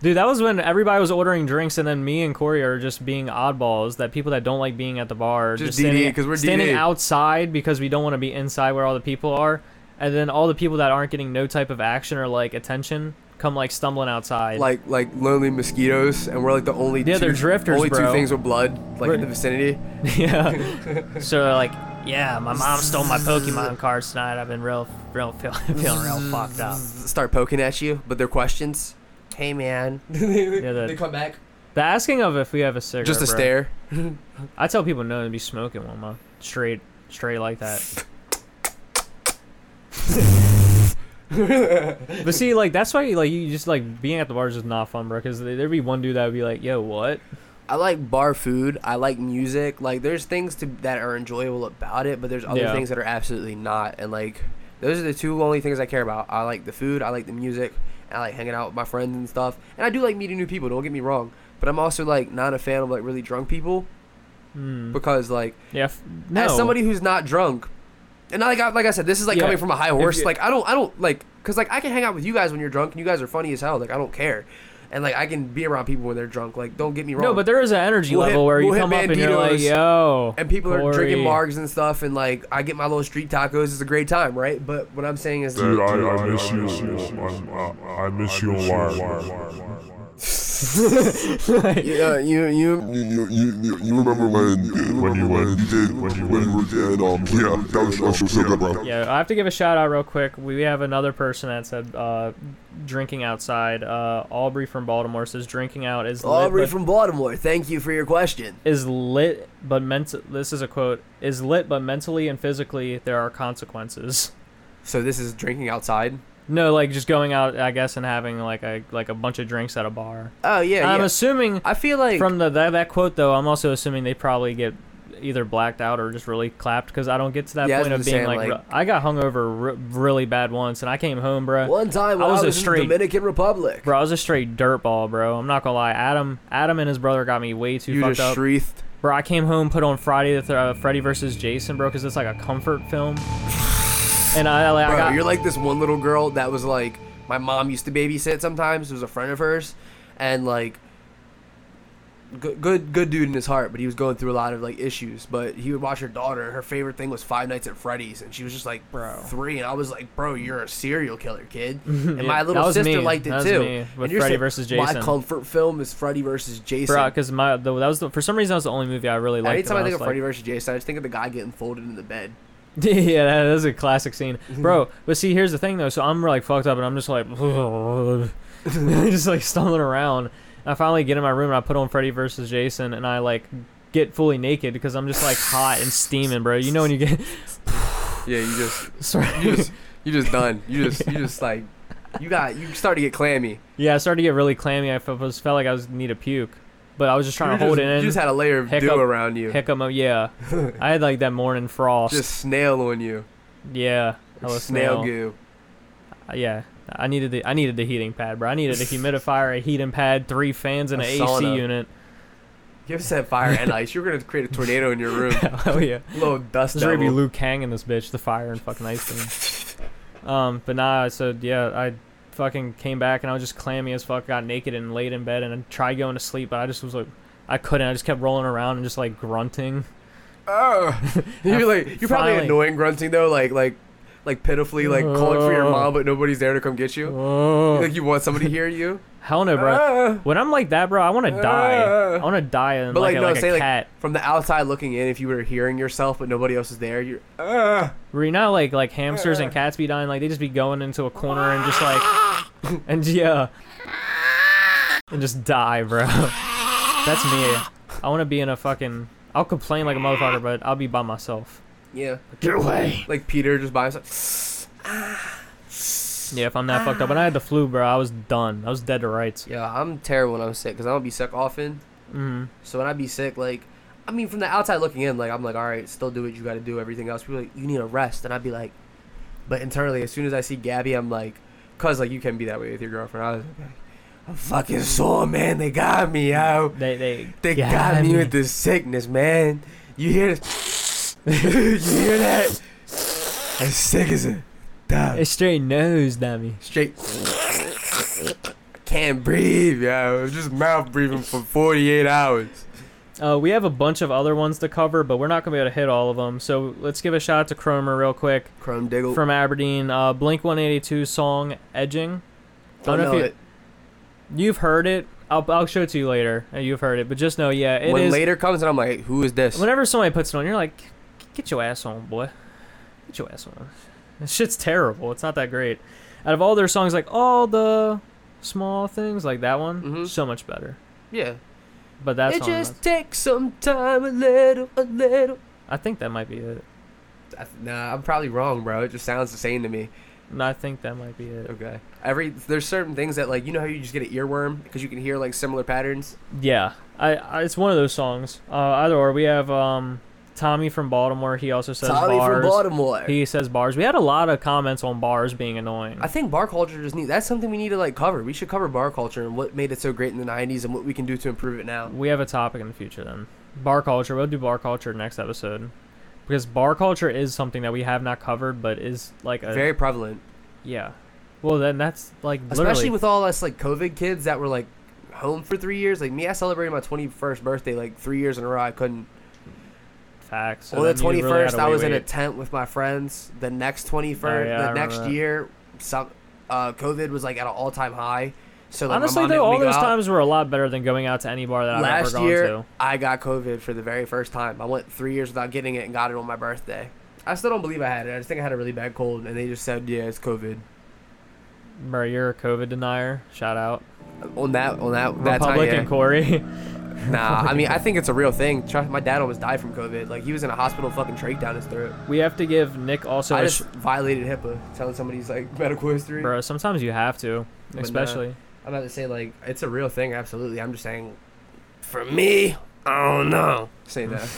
F: dude, that was when everybody was ordering drinks, and then me and Corey are just being oddballs that people that don't like being at the bar are
G: Just
F: just
G: DD,
F: standing,
G: 'cause we're
F: standing
G: DD.
F: outside because we don't want to be inside where all the people are. And then all the people that aren't getting no type of action or like attention come like stumbling outside.
G: like like lonely mosquitoes, and we're like the only
F: Yeah,
G: two,
F: they're drifters,
G: only two
F: bro.
G: things with blood like
F: We're-
G: in the vicinity.
F: yeah. so they're like, yeah, my mom stole my Pokemon cards tonight. I've been real, real feel, feeling real fucked up.
G: Start poking at you, but their questions. Hey man,
F: Yeah, the,
G: come back.
F: the asking of if we have a cigarette.
G: Just a
F: bro.
G: stare.
F: I tell people no to be smoking one, man. Straight, straight like that. but see, like that's why, like you just like being at the bar is just not fun, bro. Because there'd be one dude that would be like, "Yo, what?"
G: I like bar food. I like music. Like there's things to, that are enjoyable about it, but there's other
F: Yeah.
G: things that are absolutely not. And like those are the two only things I care about. I like the food. I like the music. and I like hanging out with my friends and stuff. And I do like meeting new people. Don't get me wrong. But I'm also like not a fan of like really drunk people
F: Hmm.
G: because like
F: Yeah. F- no.
G: as somebody who's not drunk, and like I, like I said, this is like
F: Yeah.
G: coming from a high horse.
F: you-
G: like I don't, I don't like, cause like I can hang out with you guys when you're drunk, and you guys are funny as hell. Like I don't care, and like I can be around people when they're drunk. Like don't get me wrong.
F: no, but there is an energy
G: We'll hit-
F: level where you
G: we'll hit
F: come up and you're
G: Banditos
F: like, "Yo,"
G: and people are drinking
F: Corey.
G: margs and stuff, and like I get my little street tacos. It's a great time, right? But what I'm saying is,
C: Dude, I, I miss you. I, I, I miss you a lot.
G: yeah, you, you,
L: you, you, you remember when, when you when you did when you when you were dead? Um, yeah, that was, that was so good, bro.
F: Yeah, I have to give a shout out real quick. We have another person that said uh, drinking outside. Uh, Aubrey from Baltimore says drinking out is
G: Aubrey
F: lit,
G: from Baltimore. Thank you for your question.
F: but, is lit, but mental. This is a quote: is lit, but mentally and physically there are consequences.
G: So this is drinking outside.
F: No, like just going out, I guess, and having like a like a bunch of drinks at a bar.
G: Oh yeah,
F: I'm
G: yeah.
F: assuming.
G: I feel like
F: from the that, that quote though, I'm also assuming they probably get either blacked out or just really clapped because I don't get to that
G: Yeah, I was
F: point of
G: gonna
F: being
G: say,
F: like,
G: like-
F: I got hungover r- really bad once and I came home, bro.
G: One time when I was,
F: a
G: in
F: straight
G: Dominican Republic.
F: bro. I was a straight dirtball, bro. I'm not gonna lie. Adam, Adam and his brother got me way too
G: You
F: fucked
G: just
F: up.
G: shreethed.
F: Bro, I came home, put on Friday the th- uh, Freddy versus Jason, bro, because it's like a comfort film. And I, like,
G: Bro,
F: I got
G: you're like this one little girl that was like my mom used to babysit sometimes. It was a friend of hers, and like good, good, good dude in his heart, but he was going through a lot of like issues. But he would watch her daughter. Her favorite thing was Five Nights at Freddy's, and she was just like bro. three, and I was like, bro, you're a serial killer, kid. And
F: Yeah,
G: my little
F: that was
G: sister
F: me.
G: liked it
F: That was
G: too.
F: me with
G: and you're
F: Freddy
G: saying,
F: versus
G: My
F: Jason."
G: comfort film is Freddy versus Jason.
F: bro, because my the, that was the, for some reason that was the only movie I really liked.
G: Anytime I
F: when
G: think
F: was,
G: of
F: like-
G: Freddy versus Jason, I just think of the guy getting folded in the bed.
F: yeah, that is a classic scene, bro. But see, here's the thing though. So I'm like fucked up, and I'm just like, just like stumbling around. And I finally get in my room, and I put on Freddy versus Jason, and I like get fully naked because I'm just like hot and steaming, bro. You know when you get
G: Yeah, you just
F: Sorry.
G: You just, you just done. You just you just like you got you start to get clammy.
F: Yeah, I started to get really clammy. I felt, was- felt like I was need a puke, but I was just trying
G: You
F: to hold
G: just-
F: it in.
G: you just had a layer of dew around you.
F: Hiccup, mo- yeah. I had like that morning frost.
G: Just snail on you.
F: yeah, hello
G: snail
F: snail.
G: goo.
F: Uh, Yeah, I needed the I needed the heating pad, bro. I needed a humidifier, a heating pad, three fans, and
G: A
F: an
G: sauna.
F: AC unit.
G: You have set fire and ice. You're gonna create a tornado in your room.
F: Oh yeah,
G: Little dust
F: There's gonna be
G: devil.
F: Liu Kang in this bitch, the fire and fucking ice thing. Um, but nah, so yeah, I fucking came back and I was just clammy as fuck. Got naked and laid in bed and I tried going to sleep, but I just was like, I couldn't. I just kept rolling around and just like grunting.
G: Oh, you're like you're probably
F: Finally.
G: annoying grunting though, like like like pitifully like calling for your
F: Oh.
G: mom, but nobody's there to come get you.
F: Oh.
G: Like you want somebody to hear you.
F: Hell no, bro.
G: Ah.
F: when I'm like that, bro, I want to die. I want to die in
G: But
F: like,
G: like,
F: a,
G: no,
F: like
G: say
F: a
G: like
F: cat.
G: from the outside looking in, if you were hearing yourself but nobody else is there, you're uh,
F: Where you know, how, like like hamsters and cats be dying, like they just be going into a corner and just like, and yeah, and just die, bro. That's me. I want to be in a fucking. I'll complain like a motherfucker, but I'll be by myself.
G: yeah. Get away. Like Peter just by himself.
F: Yeah, if I'm that fucked up. When I had the flu, bro, I was done. I was dead to rights.
G: Yeah, I'm terrible when I'm sick because I don't be sick often.
F: Mm-hmm.
G: So when I be sick, like, I mean, from the outside looking in, like, I'm like, all right, still do what you got to do, everything else. People are like, you need a rest. And I'd be like, but internally, as soon as I see Gabby, I'm like, cause like you can be that way with your girlfriend. I was like, I'm fucking sore, man. They got me out.
F: They they
G: They got, me, with this sickness, man. You hear this? you hear that? As sick as a dog.
F: It's straight nose, dummy.
G: Straight. Can't breathe, yo. Just mouth breathing for 48 hours.
F: Uh, we have a bunch of other ones to cover, but we're not gonna be able to hit all of them. So let's give a shout out to Cromer real quick.
G: Chrome Diggle.
F: from Aberdeen. Uh, Blink 182 song "Edging."
G: Don't know
F: you,
G: it.
F: You've heard it. I'll, I'll show it to you later. Uh, You've heard it, but just know, yeah, it is.
G: when later comes and I'm like, who is this?
F: Whenever somebody puts it on, you're like, "Get your ass on, boy. Get your ass on." This shit's terrible. It's not that great. Out of all their songs, like all the small things, like that one, so much better.
G: Yeah.
F: But that
G: it
F: song,
G: just takes some time, a little, a little.
F: I think that might be it.
G: I th- Nah, I'm probably wrong, bro. It just sounds the same to me.
F: No, I think that might be it.
G: Okay. Every there's certain things that like you know how you just get an earworm because you can hear like similar patterns.
F: Yeah, I, I it's one of those songs. Uh, either or, we have um Tommy from Baltimore. He also says
G: Tommy from
F: bars.
G: Baltimore.
F: He says bars. We had a lot of comments on bars being annoying.
G: I think bar culture just need that's something we need to like cover. We should cover bar culture and what made it so great in the 90s and what we can do to improve it now.
F: we have a topic in the future then. Bar culture. We'll do bar culture next episode because bar culture is something that we have not covered, but is like a
G: Very prevalent,
F: yeah. Well, then that's like
G: especially
F: literally
G: with all us like COVID kids that were like home for 3 years. Like me, I celebrated my 21st birthday like 3 years in a row. I couldn't
F: facts. So
G: on the
F: then you really
G: twenty
F: had
G: first,
F: to
G: I
F: wait,
G: was in a
F: wait.
G: tent with my friends. The next twenty
F: Oh,
G: first,
F: yeah, I
G: the next
F: remember that.
G: year, some uh, COVID was like at an all time high, So like, my
F: Honestly,
G: mom
F: though,
G: didn't
F: all
G: leave
F: those
G: out.
F: times were a lot better than going out to any bar that I've
G: Last
F: ever gone
G: year,
F: to.
G: I got COVID for the very first time. I went three years without getting it and got it on my birthday. I still don't believe I had it. I just think I had a really bad cold, and they just said, "Yeah, it's COVID."
F: Bro, you're a COVID denier. Shout out.
G: On that, on that, that time,
F: Republican
G: yeah.
F: Corey.
G: Nah, I mean, I think it's a real thing. Try- My dad almost died from COVID. Like he was in a hospital, fucking trach down his throat.
F: We have to give Nick also.
G: I
F: a
G: just
F: sh-
G: violated HIPAA, telling somebody's like medical history.
F: bro, sometimes you have to,
G: But, uh, nah,
F: especially.
G: I'm about to say like it's a real thing. Absolutely, I'm just saying. For
A: me, I don't know.
G: Say that.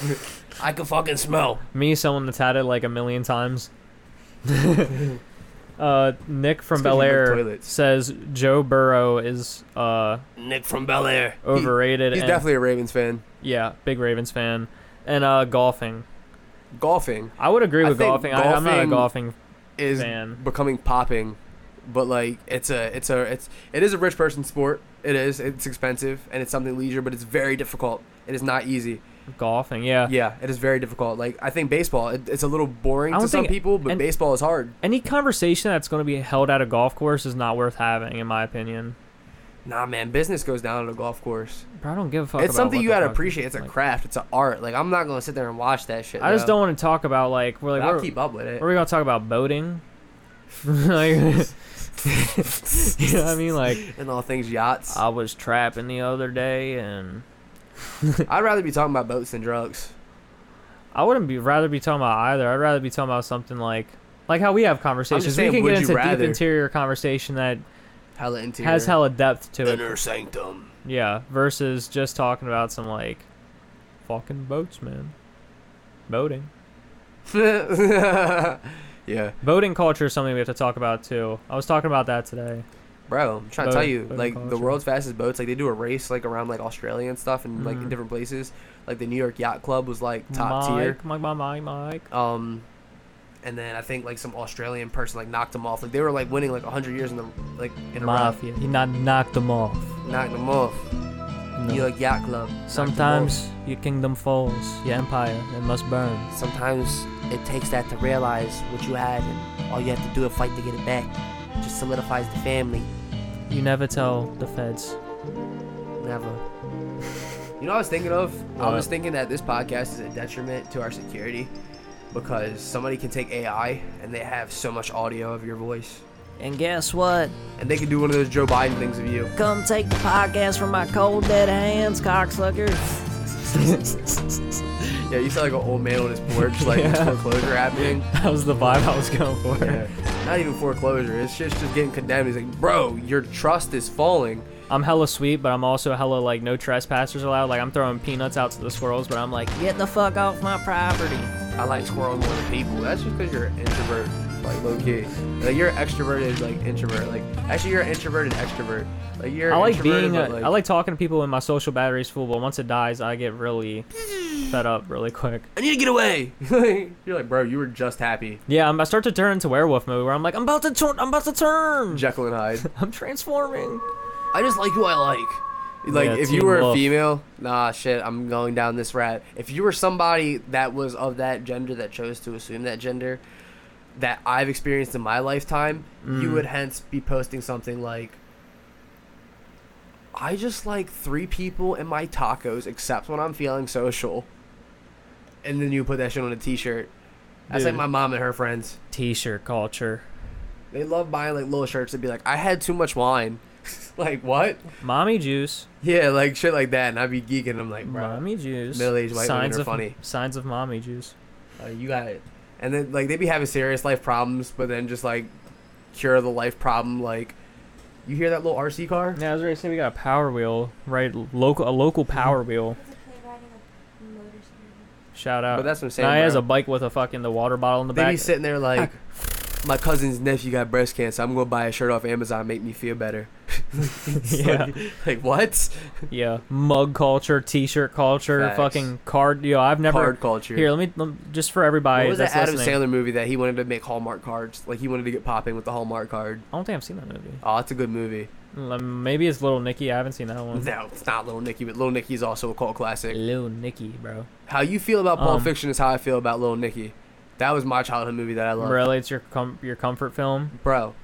A: I can fucking smell.
F: Me, someone that's had it like a million times. uh, Nick from
A: It's 'cause
F: Bel
A: you lick
F: Air
A: toilets.
F: says Joe Burrow is uh
A: Nick from Bel Air.
F: overrated.
G: He's
F: and-
G: definitely a Ravens fan.
F: yeah, big Ravens fan, and uh golfing.
G: Golfing.
F: I would agree
G: I
F: with
G: think
F: golfing. I, I'm not a golfing
G: is
F: fan.
G: becoming popping, but like it's a it's a it's it is a rich person sport. It is. It's expensive and it's something leisure, but it's very difficult. It is not easy.
F: Golfing, yeah.
G: Yeah, it is very difficult. Like I think baseball, it, it's a little boring
F: I
G: to
F: don't
G: some
F: think-
G: people, but
F: and-
G: baseball is hard.
F: Any conversation that's going to be held at a golf course is not worth having, in my opinion.
G: Nah, man, business goes down on a golf course.
F: Bro, I don't give a fuck.
G: it's
F: about
G: something
F: what
G: you
F: the
G: gotta
F: fuck-
G: appreciate. It's a craft. It's an art. Like I'm not gonna sit there and watch that shit.
F: I just
G: yo.
F: don't want to talk about like we're like
G: But I'll
F: we're,
G: keep up with it.
F: We're gonna talk about boating. like, you know what I mean? Like
G: and all things yachts.
F: I was trapping the other day, and
G: I'd rather be talking about boats than drugs.
F: I wouldn't be rather be talking about either. I'd rather be talking about something like like how we have conversations.
G: saying,
F: we can
G: would
F: get
G: you
F: into deep
G: rather?
F: interior conversation that
G: Hella interior.
F: has hella depth to it.
G: Inner sanctum.
F: Yeah, versus just talking about some like fucking boats, man. Boating.
G: yeah.
F: Boating culture is something we have to talk about too. I was talking about that today.
G: Bro, I'm trying to
F: Boat-
G: tell you,
F: boating
G: like the
F: culture.
G: world's fastest boats, like they do a race like around like Australia and stuff, and like in
F: Mhm.
G: different places. Like the New York Yacht Club was like top
F: Mike,
G: tier.
F: Mike, Mike, Mike, Mike.
G: Um, and then I think like some Australian person like knocked them off. Like they were like winning like 100 years in the like in a row.
F: Mafia. He not knocked them off.
G: Knocked them off. New York Yacht Club. knocked them
F: Sometimes your kingdom falls, your empire it must burn.
G: off. Sometimes it takes that to realize what you had, and all you have to do is fight to get it back. It just solidifies the family.
F: You never tell the feds.
G: Never. You know what I was thinking of? I
F: What?
G: was thinking that this podcast is a detriment to our security because somebody can take AI and they have so much audio of your voice.
M: And guess what?
G: And they can do one of those Joe Biden things of you.
M: Come take the podcast from my cold dead hands, cocksucker.
G: Yeah, you sound like an old man on his porch, like with
F: Yeah.
G: foreclosure happening.
F: That was the vibe I was going for.
G: Not even foreclosure. It's just just getting condemned. He's like, bro, your trust is falling.
F: I'm hella sweet, but I'm also hella like no trespassers allowed. Like I'm throwing peanuts out to the squirrels, but I'm like,
M: Get the fuck off my property.
G: I like squirrels more than people. That's just because you're an introvert, like low key. Like you're an extroverted, like introvert. Like actually, you're an introverted extrovert. Like you're.
F: I like being,
G: introverted, but,
F: a, I like talking to people when my social battery's full, but once it dies, I get really fed up really quick.
G: I need to get away. You're like, bro, you were just happy.
F: Yeah, I'm, I start to turn into werewolf mode where I'm like, I'm about to turn, I'm about to turn.
G: Jekyll and Hyde.
F: I'm transforming.
G: I just like who I like. Like
F: Yeah,
G: if
F: Teen
G: you were a
F: Wolf.
G: female, nah, shit, I'm going down this rat. If you were somebody that was of that gender that chose to assume that gender, that I've experienced in my lifetime, you
F: Mm.
G: would hence be posting something like, "I just like three people in my tacos, except when I'm feeling social," and then you put that shit on a T-shirt. That's like
F: Dude.
G: my mom and her friends.
F: T-shirt culture.
G: They love buying like little shirts and be like, "I had too much wine." like what?
F: Mommy juice.
G: Yeah, like shit like that, and I'd be geeking. I'm like, bro,
F: Mommy juice.
G: middle-aged white women
F: signs
G: are
F: of,
G: funny.
F: Signs of mommy juice.
G: Uh, you got it. And then like they be having serious life problems, but then just like cure the life problem. Like, you hear that little RC car?
F: Yeah, I was ready to say we got a power wheel, right? Local, a local power
G: Mm-hmm.
F: wheel. Shout out.
G: But that's what I'm saying,
F: Now he has
G: bro.
F: a bike with a fucking the water bottle in the
G: They
F: back.
G: be sitting there like, my cousin's nephew got breast cancer. I'm gonna buy a shirt off Amazon, make me feel better. It's
F: Yeah.
G: Like, like, what?
F: yeah, mug culture, T-shirt culture,
G: Facts.
F: fucking card. Yo, I've never
G: Card culture.
F: Here, let me, let me- just for everybody
G: what was
F: that's
G: that Adam
F: listening.
G: Sandler movie that he wanted to make Hallmark cards? Like he wanted to get popping with the Hallmark card.
F: I don't think I've seen that movie.
G: Oh, it's a good movie.
F: L- Maybe it's Little Nicky. I haven't seen that one.
G: No, it's not Little Nicky, but Little Nicky's also a cult classic.
F: Little Nicky, bro.
G: How you feel about Pulp
F: Um,
G: Fiction is how I feel about Little Nicky. That was my childhood movie that I loved.
F: Really, it's your com- your comfort film.
G: Bro.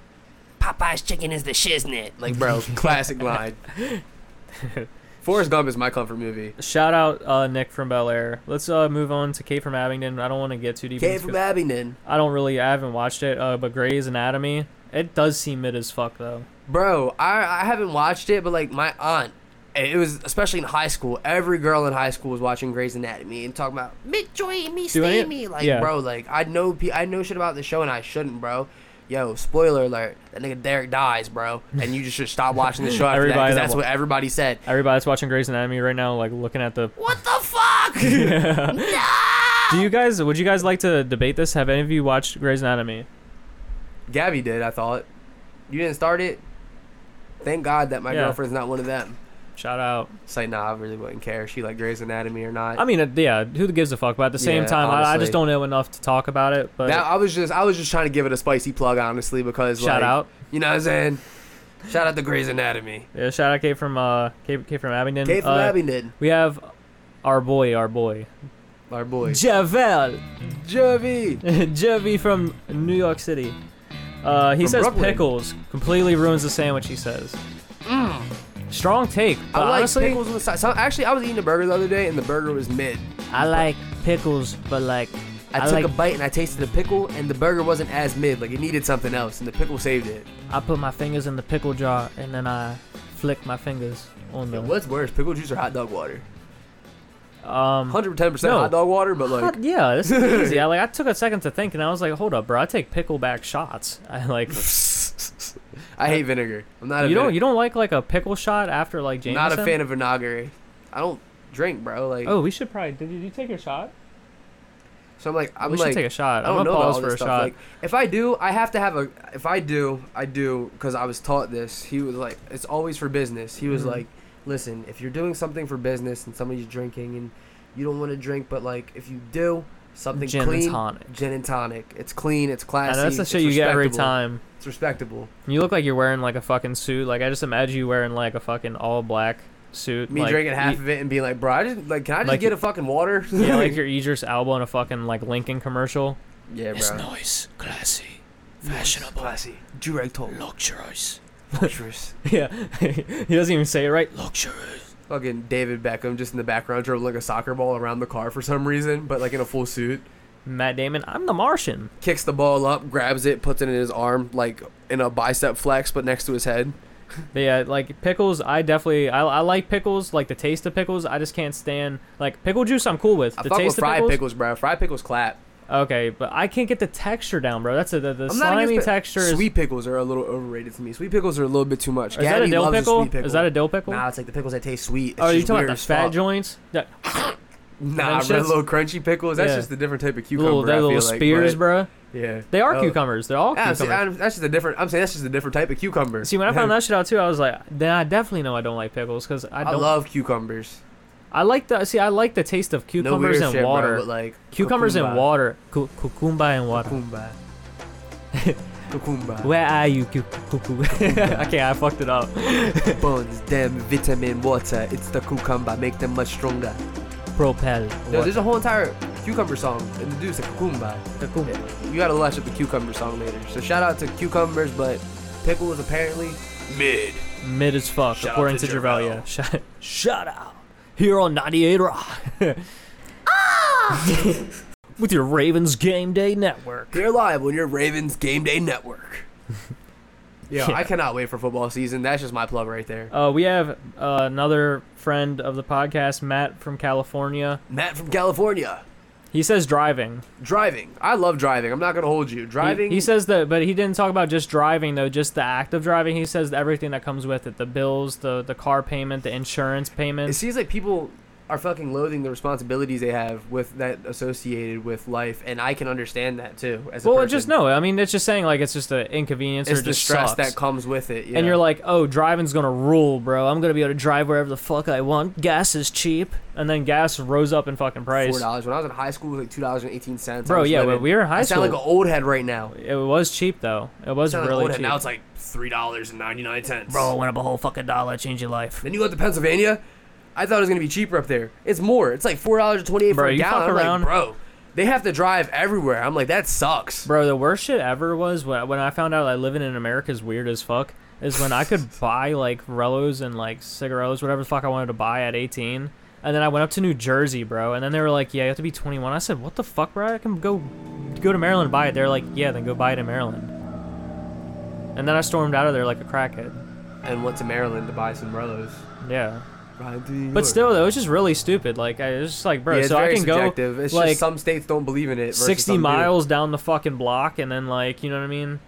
G: Pop
A: Popeye's chicken is the shiznit.
G: Like, bro, classic line. Forrest Gump is my comfort movie.
F: Shout out uh, Nick from Bel Air. Let's uh, move on to Kate from Abingdon. I don't want to get too deep.
G: Kate
F: into-
G: from Abingdon.
F: I don't really. I haven't watched it. Uh, but Grey's Anatomy. It does seem mid as fuck though.
G: Bro, I, I haven't watched it, but like my aunt, it was especially in high school. Every girl in high school was watching Grey's Anatomy and talking about Midjoy, me,
F: Do any-
G: stay me. Like,
F: yeah.
G: bro, like I know pe- I know shit about the show and I shouldn't, bro. Yo, spoiler alert! That nigga Derek dies, bro, and you just should stop watching the show after that, 'cause
F: Everybody that
G: that's
F: wa-
G: what everybody said.
F: Everybody that's watching Grey's Anatomy right now, like looking at the.
G: What the fuck?
F: Do you guys? Would you guys like to debate this? Have any of you watched Grey's Anatomy?
G: Gabby did, I thought. You didn't start it. Thank God that my
F: Yeah.
G: girlfriend's not one of them.
F: Shout out.
G: It's like, nah, I really wouldn't care. if She like Grey's Anatomy or not.
F: I mean, uh, yeah. Who gives a fuck? But at the same
G: Yeah,
F: time, I, I
G: honestly.
F: just don't know enough to talk about it. But
G: That- I was just I was just trying to give it a spicy plug, honestly, because
F: Shout
G: like,
F: out.
G: You know what I'm saying? Shout out to Grey's Anatomy.
F: yeah, shout out Kate from uh Kate, Kate from Abingdon.
G: Kate from
F: Uh,
G: Abingdon.
F: We have our boy, our boy,
G: our boy,
F: Javel,
G: Javi,
F: Javi from New York City. Uh, he
G: From
F: says
G: Brooklyn.
F: pickles completely ruins the sandwich. He says. Strong take, but
G: Mm. I like
F: honestly,
G: pickles on the side. So, actually, I was eating a burger the other day, and the burger was mid.
F: I like pickles, but like
G: I, took a bite and I tasted the pickle, and the burger wasn't as mid. Like it needed something else, and the pickle saved it.
F: I put my fingers in the pickle jar and then I flick my fingers on the.
G: What's worse, pickle juice or hot dog water?
F: Um,
G: 110%
F: no.
G: hot dog water, but like,
F: Hot- yeah, this is easy. I like I took a second to think and I was like, hold up, bro, I take pickleback shots. I like.
G: I hate vinegar. I'm not. A
F: you don't
G: vine-
F: you don't like like a pickle shot after like Jameson?
G: Not a fan of vinagre. I don't drink, bro. Like,
F: Oh, we should probably. Did you, take your shot?
G: So I'm like, I'm
F: We should
G: like,
F: take a shot.
G: I
F: I'm
G: don't
F: gonna
G: know about
F: pause
G: all
F: for
G: this
F: a
G: stuff.
F: shot.
G: Like, if I do, I have to have a. If I do, I do because I was taught this. He was like, it's always for business. He was
F: Mhm.
G: like, listen, if you're doing something for business and somebody's drinking and you don't want to drink, but like if you do something
F: Gin and
G: clean,
F: tonic.
G: gin and tonic. It's clean. It's
F: I know,
G: classy.
F: that's the
G: it's
F: shit you get every
G: respectable.
F: time.
G: It's respectable.
F: You look like you're wearing like a fucking suit. Like I just imagine you wearing like a fucking all black suit.
G: Me
F: like,
G: drinking half
F: you-
G: of it and being like, bro, I just like, can I just
F: Like-
G: get a fucking water?
F: yeah, like your Idris Elba in a fucking like Lincoln commercial.
G: Yeah,
A: It's
G: bro.
A: nice, classy, fashionable,
G: classy, directable,
A: luxurious.
G: Luxurious.
F: yeah, he doesn't even say it right.
A: Luxurious.
G: Fucking David Beckham just in the background drove like a soccer ball around the car for some reason, but like in a full suit.
F: Matt Damon, I'm the Martian.
G: Kicks the ball up, grabs it, puts it in his arm, like in a bicep flex, but next to his head.
F: But yeah, like pickles, I definitely I, I like pickles, like the taste of pickles. I just can't stand like pickle juice. I'm cool with
G: I
F: the
G: fuck with
F: taste
G: fried
F: of
G: pickles?
F: pickles.
G: bro. Fried pickles clap.
F: Okay, but I can't get the texture down, bro. That's a, the, the
G: I'm not
F: slimy
G: against the-
F: texture. Is,
G: Sweet pickles are a little overrated to me. Sweet pickles are a little bit too much.
F: is that a
G: Gabby
F: dill
G: loves
F: pickle?
G: sweet pickle?
F: Is that a dill pickle?
G: Nah, it's like the pickles that taste sweet. It's
F: oh, you
G: just
F: talking
G: weird
F: about the
G: as
F: fat
G: fuck.
F: joints? That,
G: Nah,
F: Them
G: bro,
F: shits?
G: little crunchy pickles. That's
F: Yeah.
G: just a different type of cucumber.
F: little,
G: I
F: they're
G: feel
F: little
G: like,
F: spears,
G: but-
F: bro.
G: Yeah,
F: They are
G: Oh.
F: cucumbers. They're all
G: Yeah, see,
F: cucumbers.
G: I'm- that's just a different. I'm saying that's just a different type of cucumber.
F: See, when I found that shit out too, I was like, then I definitely know I don't like pickles because I
G: I
F: don't.
G: love cucumbers.
F: I like the see. I like the taste of cucumbers
G: weird
F: and
G: shit, bro,
F: water.
G: but, like,
F: cucumbers
G: cucumba.
F: and water. Cu- cucumba and water.
G: Cucumba. Cucumba.
F: Where are you, cu- cuckoo? okay, I fucked it up.
G: Bones, them vitamin water. It's the cucumber. Make them much stronger.
F: Propel.
G: No, there's a whole entire cucumber song, and the dude's like cucumba. You gotta lash up the cucumber song later. So shout out to cucumbers, but pickle is apparently
A: mid.
F: Mid as fuck,
A: Shout out
F: according
A: to
F: to Javel. Yeah. Shout, shout out here on 98 Rock. With your Ravens Game Day Network.
G: You're live on your Ravens Game Day Network. Yo,
F: Yeah.
G: I cannot wait for football season. That's just my plug right there.
F: Uh, we have uh, another friend of the podcast, Matt from California.
G: Matt from California.
F: He says driving.
G: Driving. I love driving. I'm not gonna hold you.
F: He-
G: Driving.
F: He, says that, but he didn't talk about just driving though, just the act of driving. He says everything that comes with it: the bills, the the car payment, the insurance
G: it
F: payment.
G: seems like people are fucking loathing the responsibilities they have with that associated with life, and I can understand that too. As a
F: well,
G: person.
F: just no. I mean, it's just saying like it's just an inconvenience
G: it's
F: or
G: the
F: just
G: stress
F: sucks.
G: that comes with it.
F: And
G: yeah.
F: you're like, oh, driving's gonna rule, bro. I'm gonna be able to drive wherever the fuck I want. Gas is cheap, and then gas rose up in fucking price.
G: four dollars. When I was in high school, it was like two dollars and eighteen cents.
F: Bro, yeah, when we were in high
G: I
F: school-
G: sound like an old head right now.
F: It was cheap though. It was
G: Sound like
F: really
G: old head.
F: cheap.
G: Now it's oh, like three dollars and ninety nine cents.
F: bro, it went up a whole fucking dollar. Change your life.
G: Then you go up to Pennsylvania. I thought it was gonna be cheaper up there. It's more. It's like four dollars and twenty eight for
F: Bro,
G: a
F: you
G: gallon.
F: fuck
G: I'm like,
F: around.
G: bro. They have to drive everywhere. I'm like, that sucks.
F: Bro, the worst shit ever was when, when I found out like living in America is weird as fuck. Is when I could buy like Rellos and like cigarillos, whatever the fuck I wanted to buy at 18. And then I went up to New Jersey, bro. And then they were like, "Yeah, you have to be 21." I said, "What the fuck, bro? I can go go to Maryland and buy it." They're like, "Yeah, then go buy it in Maryland." And then I stormed out of there like a crackhead.
G: And went to Maryland to buy some Rellos.
F: Yeah.
G: Right to New
F: But
G: York.
F: still, though, it's just really stupid. Like, I, it's just like, bro,
G: Yeah, it's
F: so
G: very
F: I can
G: subjective.
F: go
G: It's
F: like
G: just some states don't believe in it. versus
F: 60
G: some do.
F: miles down the fucking block and then like you know what i mean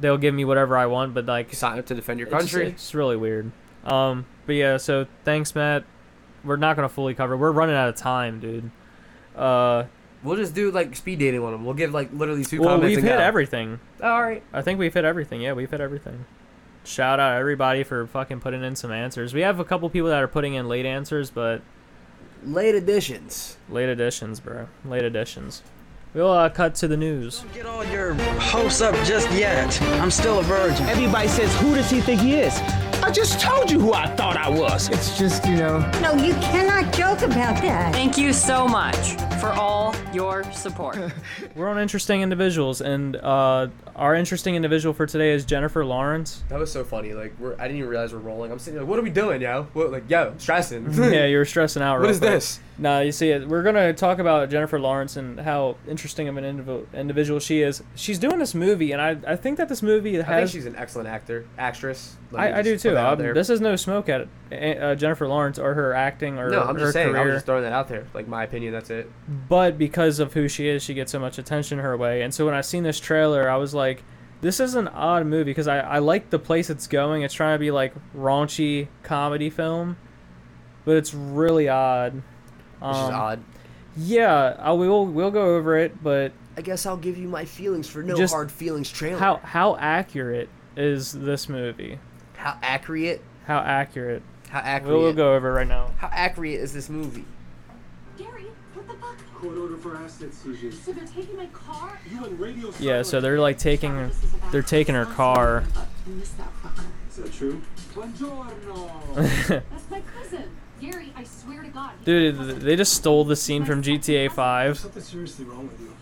F: they'll give me whatever i want but like
G: sign up to defend your
F: it's,
G: country.
F: really weird um but yeah so thanks matt we're not gonna fully cover we're running out of time dude uh
G: we'll just do like speed dating on them. We'll give like literally two
F: well
G: comments.
F: we've
G: and
F: hit
G: go.
F: everything
G: all right
F: i think we've hit everything yeah we've hit everything shout out everybody for fucking putting in some answers we have a couple people that are putting in late answers but
K: late additions
F: late additions bro late additions we'll uh, cut to the news
N: hosts up just yet. I'm still a virgin. Everybody says, who does he think he is? I just told you who I thought I was. It's just, you know.
O: No, you cannot joke about that.
P: Thank you so much for all your support.
F: We're on interesting individuals, and uh, our interesting individual for today is Jennifer Lawrence.
G: That was so funny. Like we're, I didn't even realize we're rolling. I'm sitting there like, what are we doing, yo? What, like, yo, I'm stressing.
F: yeah, you were stressing out.
G: What
F: real
G: is
F: quick.
G: this?
F: Nah, you see, it. we're gonna talk about Jennifer Lawrence and how interesting of an indiv- individual she is. She's doing this movie, and I, I think that this movie
G: I think
F: has.
G: she's an excellent actor, actress. Let me
F: I, I do
G: just put
F: too.
G: that out
F: Um,
G: there.
F: this is no smoke at uh, Jennifer Lawrence or her acting or
G: no, I'm
F: her
G: just saying. I
F: career.
G: was just throwing that out there. Like my opinion. That's it.
F: but because of who she is, she gets so much attention her way. And so when I seen this trailer, I was like, this is an odd movie because I, I like the place it's going. It's trying to be like raunchy comedy film, but it's really odd.
K: Which
F: Um,
K: is odd.
F: Yeah, I, we'll we'll go over it, but
K: I guess I'll give you my feelings for no
F: Just
K: hard feelings trailer.
F: how how accurate is this movie?
G: How accurate?
F: How accurate?
G: How
F: We'll, we'll
G: accurate?
F: go over it right now.
G: How accurate is this movie?
Q: Court order for asset seizures. So they're taking my car? You on radio
F: Yeah, so they're like taking they're taking her car.
Q: missed that Is that true? Buongiorno. That's my cousin. Gary, I swear to God.
F: Dude, th- they just stole the scene from GTA 5.
Q: Something's seriously wrong with you.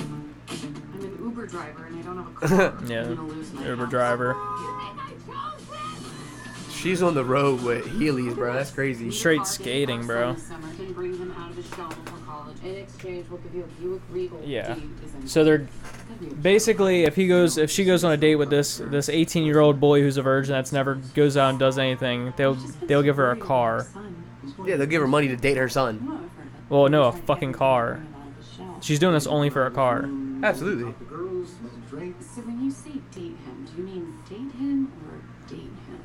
P: I'm an Uber driver and I don't have a
F: yeah, Uber driver.
G: She's on the road with Heelys, bro. That's crazy.
F: Straight skating, bro.
P: summer can bring him out of his shell before college. In exchange, we'll give you a Buick Regal.
F: Yeah. So they're basically if he goes if she goes on a date with this this 18 year old boy who's a virgin that's never goes out and does anything, they'll they'll give her a car.
G: Yeah, they'll give her money to date her son.
F: Well, no, a fucking car. She's doing this only for a car.
G: Absolutely.
P: So when you say date him, do you mean date him or date him?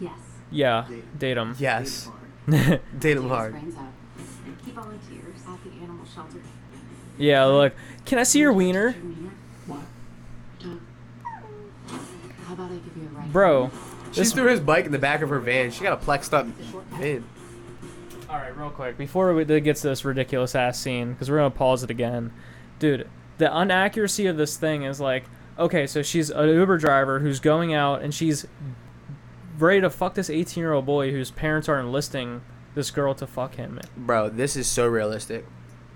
P: Yes.
F: Yeah, date him.
G: Yes.
F: date
P: Take his brains out. He volunteers at the animal shelter.
F: Yeah, look. Can I see your wiener?
P: How about I give you a ride?
F: Bro.
G: She
F: This-
G: threw his bike in the back of her van. She got a plexed up man.
F: All right, real quick before we- it gets to this ridiculous ass scene, because we're gonna pause it again, dude. The inaccuracy of this thing is like, okay, so she's an Uber driver who's going out and she's ready to fuck this 18 year old boy whose parents are enlisting this girl to fuck him.
G: Bro, this is so realistic.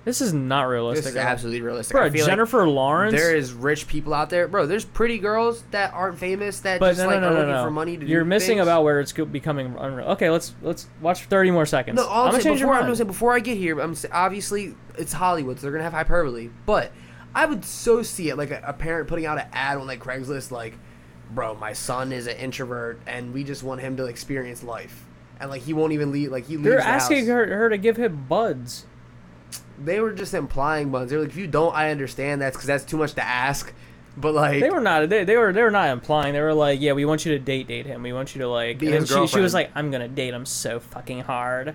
F: This is not realistic.
G: This is
F: at all.
G: absolutely realistic.
F: Bro,
G: I feel like
F: Jennifer Lawrence.
G: There is rich people out there, bro. There's pretty girls that aren't famous that
F: but
G: just
F: no,
G: like
F: no,
G: are
F: no,
G: looking
F: no, no.
G: for money to
F: You're
G: do
F: missing
G: things.
F: about where it's go- becoming unreal. Okay, let's let's watch 30 more seconds.
G: No, all I'm,
F: gonna
G: saying
F: change your
G: before, I'm
F: mind.
G: just saying before I get here, I'm s- obviously it's Hollywood, so they're gonna have hyperbole. But I would so see it like a, a parent putting out an ad on like Craigslist, like, "Bro, my son is an introvert, and we just want him to experience life, and like he won't even leave. Like he leaves
F: They're
G: the house."
F: asking her, her to give him buds.
G: They were just implying buns. They were like, "If you don't, I understand that's because that's too much to ask." But like,
F: they were not they, they were they were not implying they were like yeah we want you to date date him we want you to like
G: Be
F: and
G: his
F: then she, she was
G: girlfriend.
F: like i'm gonna date him so fucking hard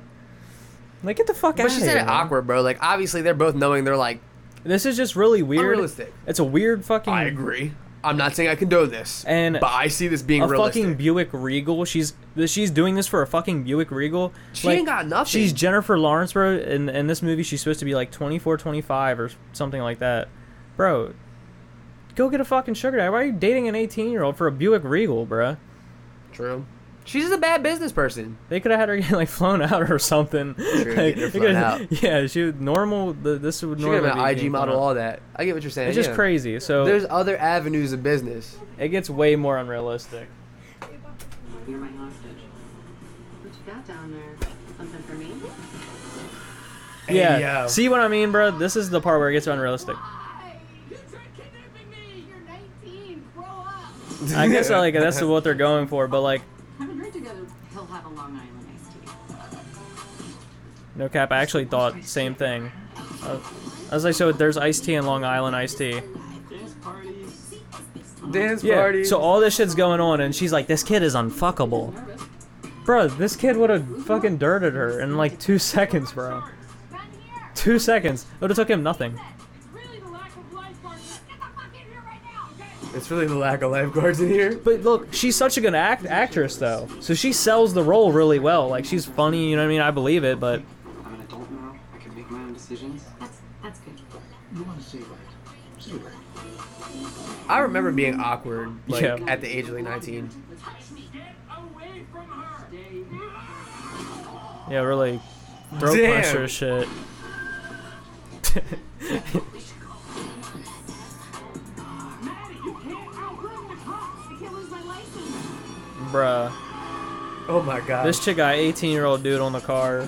F: like get the fuck
G: but
F: out
G: she
F: of
G: said
F: here
G: it awkward, bro. Like obviously they're both knowing they're like
F: this is just really weird
G: Unrealistic.
F: it's a weird fucking
G: I agree. I'm not saying I condone this,
F: Mm. and
G: but I see this being
F: a
G: realistic.
F: fucking buick regal she's she's doing this for a fucking buick regal
G: She ain't got nothing.
F: she's jennifer lawrence bro in, in this movie she's supposed to be like 24 25 or something like that bro go get a fucking sugar daddy why are you dating an 18 year old for a buick regal bruh
G: True. She's a bad business person.
F: They could have had her get like flown out or something. Like,
G: get her
F: they
G: flown
F: coulda-
G: out.
F: Yeah, she would normal. The, this would
G: She could
F: normally
G: have been an
F: be
G: IG
F: getting flown
G: model,
F: out.
G: all that. I get what you're saying.
F: It's just
G: yeah.
F: crazy. So
G: there's other avenues of business.
F: It gets way more unrealistic.
P: You're my hostage. What you got down there? Something for me?
F: yeah.
P: yo.
F: See what I mean, bro? This is the part where it gets unrealistic. I guess like that's what they're going for, but like
P: Have a drink together. He'll have a Long Island iced tea.
F: no cap, I actually thought same thing. Uh, I was like, so there's iced tea and Long Island iced tea.
G: Dance
F: yeah.
G: party.
F: So all this shit's going on, and she's like, this kid is unfuckable. Bro, this kid would have fucking dirted her in like two seconds, bro. Two seconds. It would have took him nothing.
G: It's really the lack of lifeguards in here.
F: But look, she's such a good act actress though. So she sells the role really well. Like she's funny, you know what I mean? I believe it, but
N: I'm an adult now. I can make my own decisions. That's that's good. You want to say right? Say right.
G: I remember being awkward like
F: Yeah.
G: at the age of like 19.
F: yeah, really throat
G: Damn.
F: puncher shit. Bruh.
G: Oh my god.
F: This chick got 18 year old dude on the car,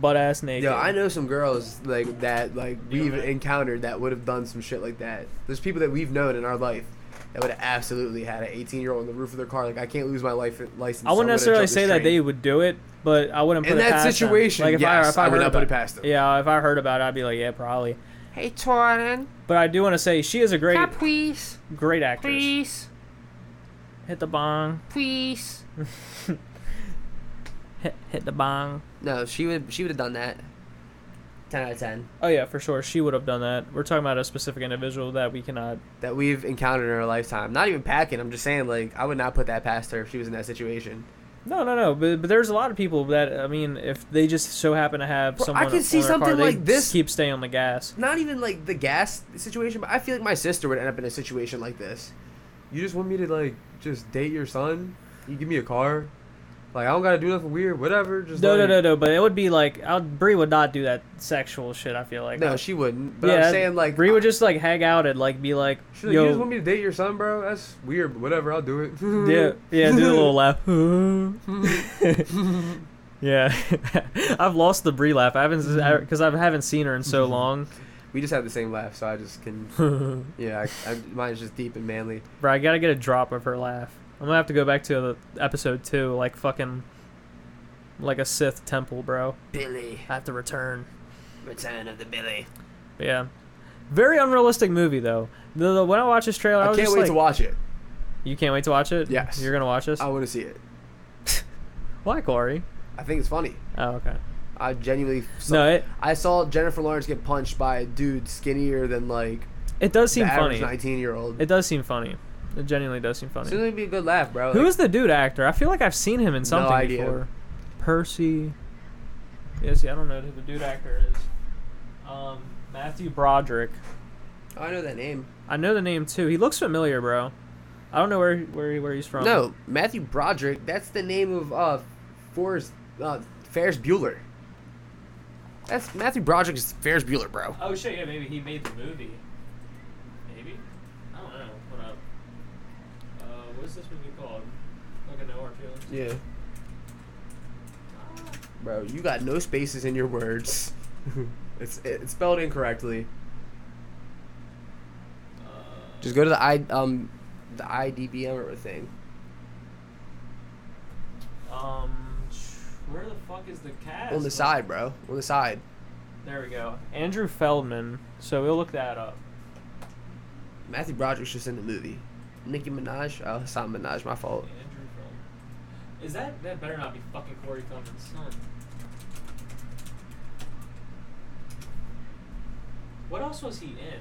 F: butt ass naked.
G: Yo, I know some girls like that, like we've encountered that would have done some shit like that. There's people that we've known in our life that would have absolutely had an 18 year old on the roof of their car. Like, I can't lose my life license.
F: I wouldn't necessarily say that they would do it, but I wouldn't
G: In
F: put it
G: that
F: past them.
G: situation,
F: Like if I,
G: yes,
F: if I,
G: I
F: heard
G: would not
F: about-
G: put it past them.
F: Yeah, if I heard about it, I'd be like, yeah, probably.
G: Hey, Torin.
F: But I do want to say she is a great,
G: Please.
F: great actress.
G: Please.
F: Hit the bong.
G: Please.
F: Hit, hit the bong.
G: No, she would she would have done that. 10 out of 10.
F: Oh yeah, for sure. She would have done that. We're talking about a specific individual that we cannot.
G: That we've encountered in our lifetime. Not even packing. I'm just saying, like, I would not put that past her if she was in that situation.
F: No, no, no. But, but there's a lot of people that I mean, if they just so happen to have
G: Bro, I
F: someone,
G: can see
F: on their car,
G: something
F: they
G: like this-
F: just Keep staying on the gas.
G: Not even like the gas situation, but I feel like my sister would end up in a situation like this. You just want me to like just date your son? You give me a car? Like I don't gotta do nothing weird, whatever. Just
F: No, no,
G: let
F: no,
G: me-
F: no. But it would be like I would- Brie would not do that sexual shit. I feel like
G: No, she wouldn't. But
F: Yeah,
G: I'm saying like,
F: Brie would just like hang out and like be like,
G: she's like, you just
F: yo,
G: want me to date your son, bro? That's weird, but whatever. I'll do it.
F: yeah, yeah, do a little laugh. yeah, I've lost the Brie laugh. I haven't because I haven't seen her in so
G: Mm-hmm.
F: long.
G: We just have the same laugh, so I just can. yeah, I, I, mine's just deep and manly.
F: Bro, I gotta get a drop of her laugh. I'm gonna have to go back to the episode two, like fucking, like a Sith temple, bro.
G: Billy,
F: I have to return.
G: Return of the Billy.
F: But yeah, very unrealistic movie though. The, the- when I watched this trailer, I,
G: I
F: was
G: can't
F: just
G: wait
F: like,
G: to watch it.
F: You can't wait to watch it.
G: Yes. Oh.
F: you're gonna watch this.
G: I want to see it.
F: Why, Corey?
G: I think it's funny.
F: Oh, okay.
G: I genuinely saw,
F: No, it-
G: I saw Jennifer Lawrence get punched by a dude skinnier than like
F: It does seem
G: the average
F: funny.
G: nineteen year old.
F: It does seem funny. It genuinely does seems funny.
G: Seems like it'd be a good laugh, bro.
F: Who is the dude actor? I feel like I've seen him in something
G: idea.
F: before. Percy. Yeah, see, I don't know who the dude actor is. Um, Matthew Broderick.
G: Like, I know that name.
F: I know the name too. He looks familiar, bro. I don't know where where where he's from.
G: No, Matthew Broderick. That's the name of uh, Forrest, uh Ferris Bueller. That's Matthew Broderick is Ferris Bueller, bro.
F: Oh shit! Yeah, maybe he made the movie. Maybe. I don't know. What up? Uh, what is this movie called? Like a no our feelings.
G: Yeah. Bro, you got no spaces in your words. it's it's spelled incorrectly. Just go to the i um the IDBM or thing.
F: Um, where the fuck is the cat?
G: On the side, bro. On the side.
F: There we go. Andrew Feldman. So we'll look that up.
G: Matthew Broderick's just in the movie. Nicki Minaj. Oh, Hassan Minaj. My fault.
F: Andrew Feldman. Is that that better not be fucking Corey Feldman's son? What else was he in?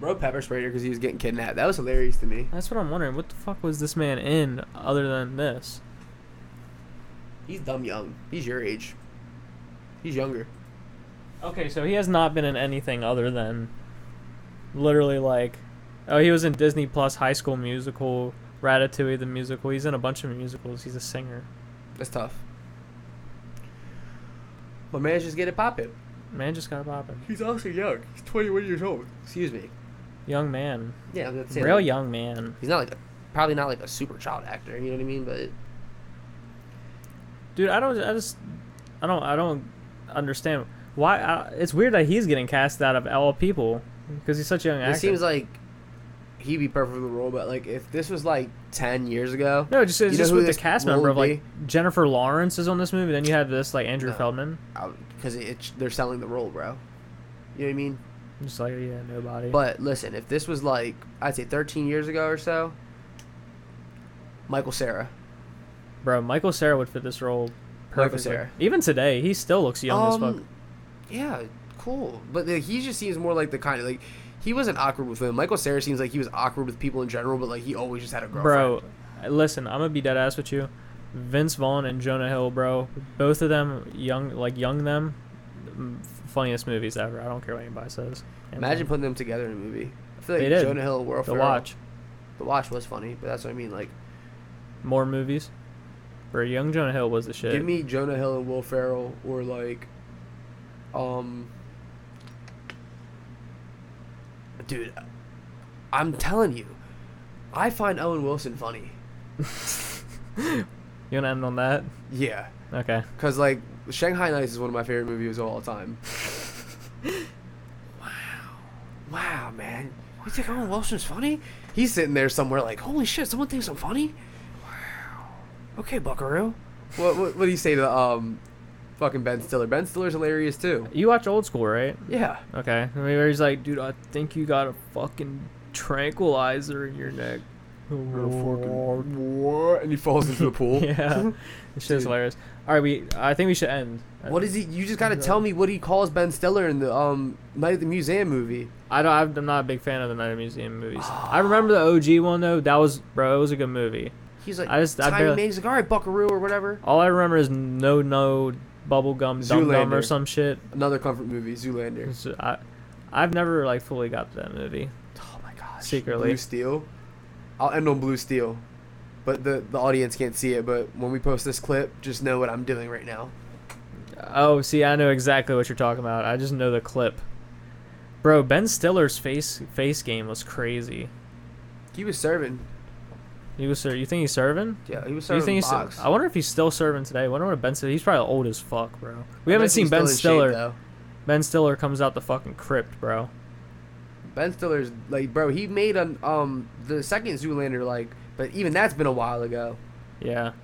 G: Bro, pepper sprayed her because he was getting kidnapped. That was hilarious to me.
F: That's what I'm wondering. What the fuck was this man in other than this?
G: He's dumb young. He's your age. He's younger.
F: Okay, so he has not been in anything other than literally like oh he was in Disney Plus High School Musical Ratatouille the musical. He's in a bunch of musicals. He's a singer.
G: That's tough. But man, just get it popping.
F: Man just got popping.
G: He's also young. He's 21 years old. Excuse me.
F: Young man.
G: Yeah, I was gonna say,
F: Real
G: like-
F: young man.
G: He's not like a, probably not like a super child actor. You know what I mean? But
F: Dude, I don't. I just. I don't. I don't understand why. I, it's weird that he's getting cast out of all people because he's such a young
G: it
F: actor.
G: seems like he'd be perfect for the role. But like, if this was like 10 years ago,
F: No, just
G: you
F: it's
G: know
F: just
G: who
F: with the
G: this
F: cast
G: role
F: member of
G: would
F: like Jennifer Lawrence is on this movie. Then you have this like Andrew Feldman.
G: because it, they're selling the role, bro. You know what I mean?
F: Just like yeah, nobody.
G: But listen, if this was like I'd say 13 years ago or so, Michael Sarah.
F: bro, Michael Sarah would fit this role
G: Michael
F: perfectly.
G: Cera. Um,
F: Even today, he still looks young as fuck.
G: Yeah, cool. But like, he just seems more like the kind of like he wasn't awkward with women. Michael Sarah seems like he was awkward with people in general, but like he always just had a girlfriend.
F: Bro, listen, I'm gonna be dead ass with you. Vince Vaughn and Jonah Hill, bro, both of them young, like young them, m- funniest movies ever. I don't care what anybody says.
G: Imagine putting them together in a movie. I feel
F: They
G: like
F: did.
G: Jonah Hill, Will
F: The
G: Ferrell-
F: Watch.
G: The Watch was funny, but that's what I mean. Like,
F: more movies. Bro, young Jonah Hill was the shit.
G: give me Jonah Hill and Will Ferrell, or like, um, dude, I'm telling you, I find Owen Wilson funny.
F: You wanna end on that?
G: Yeah.
F: Okay.
G: Cause like Shanghai Nights is one of my favorite movies of all time. wow. Wow, man. You think Owen Wilson's funny? He's sitting there somewhere like, holy shit, someone thinks I'm funny? Wow. Okay, Buckaroo. What, what what do you say to um fucking Ben Stiller? Ben Stiller's hilarious too.
F: You watch old school, right?
G: Yeah.
F: Okay. I mean, where he's like, dude, I think you got a fucking tranquilizer in your neck.
G: And he falls into the pool.
F: yeah. It's just hilarious. All right, we. I think we should end.
G: What is he you just gotta tell me what he calls Ben Stiller in the um Night at the Museum movie.
F: I don't. I've- I'm not a big fan of the Night of Museum movies.
G: Ah.
F: I remember the OG one though. That was bro. It was a good movie.
G: He's like
F: I just. I
G: Timey
F: barely,
G: Man, he's like, all right, Buckaroo or whatever.
F: all I remember is no no bubblegum dum dum or
G: Zoolander.
F: some shit.
G: Another comfort movie, Zoolander.
F: So I, I've never like fully got to that movie.
G: Oh my gosh.
F: Secretly.
G: Blue Steel. I'll end on Blue Steel, but the the audience can't see it. But when we post this clip, just know what I'm doing right now.
F: Oh, see, I know exactly what you're talking about. I just know the clip. Bro, Ben Stiller's face face game was crazy.
G: He was serving.
F: He was ser- you think he's serving?
G: Yeah, he was
F: You
G: serving
F: think he's-
G: box.
F: I wonder if he's still serving today. I wonder what Ben Stiller. He's probably old as fuck, bro. We
G: I bet
F: haven't
G: he's
F: seen Ben
G: still in shape,
F: Stiller.
G: though.
F: ben Stiller comes out the fucking crypt, bro.
G: Ben Stiller's like, bro, he made an um the second Zoolander like, but even that's been a while ago.
F: Yeah.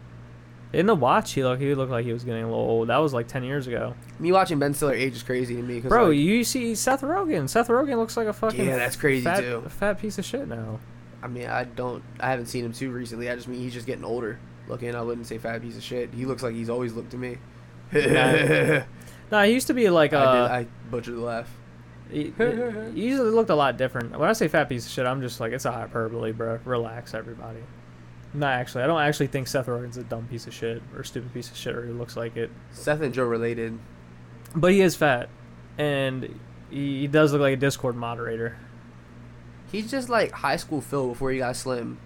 F: In the watch, he looked he looked like he was getting a little old. That was like ten years ago.
G: Me watching Ben Stiller age is crazy to me. 'cause,
F: Bro,
G: like,
F: you see Seth Rogen. Seth Rogen looks like a fucking
G: Yeah, that's crazy,
F: fat,
G: too.
F: Fat piece of shit now.
G: I mean, I don't, I haven't seen him too recently. I just mean he's just getting older. Looking, I wouldn't say fat piece of shit. He looks like he's always looked to me.
F: Nah. Nah, he used to be like
G: I, did,
F: uh,
G: I butchered the laugh.
F: He, he- he usually looked a lot different. When I say fat piece of shit, I'm just like it's a hyperbole, bro. Relax, everybody. Not actually. I don't actually think Seth Rogen's a dumb piece of shit or stupid piece of shit, or he looks like it.
G: Seth and Joe related.
F: But he is fat, and he, he does look like a Discord moderator.
G: He's just like high school Phil before he got slim.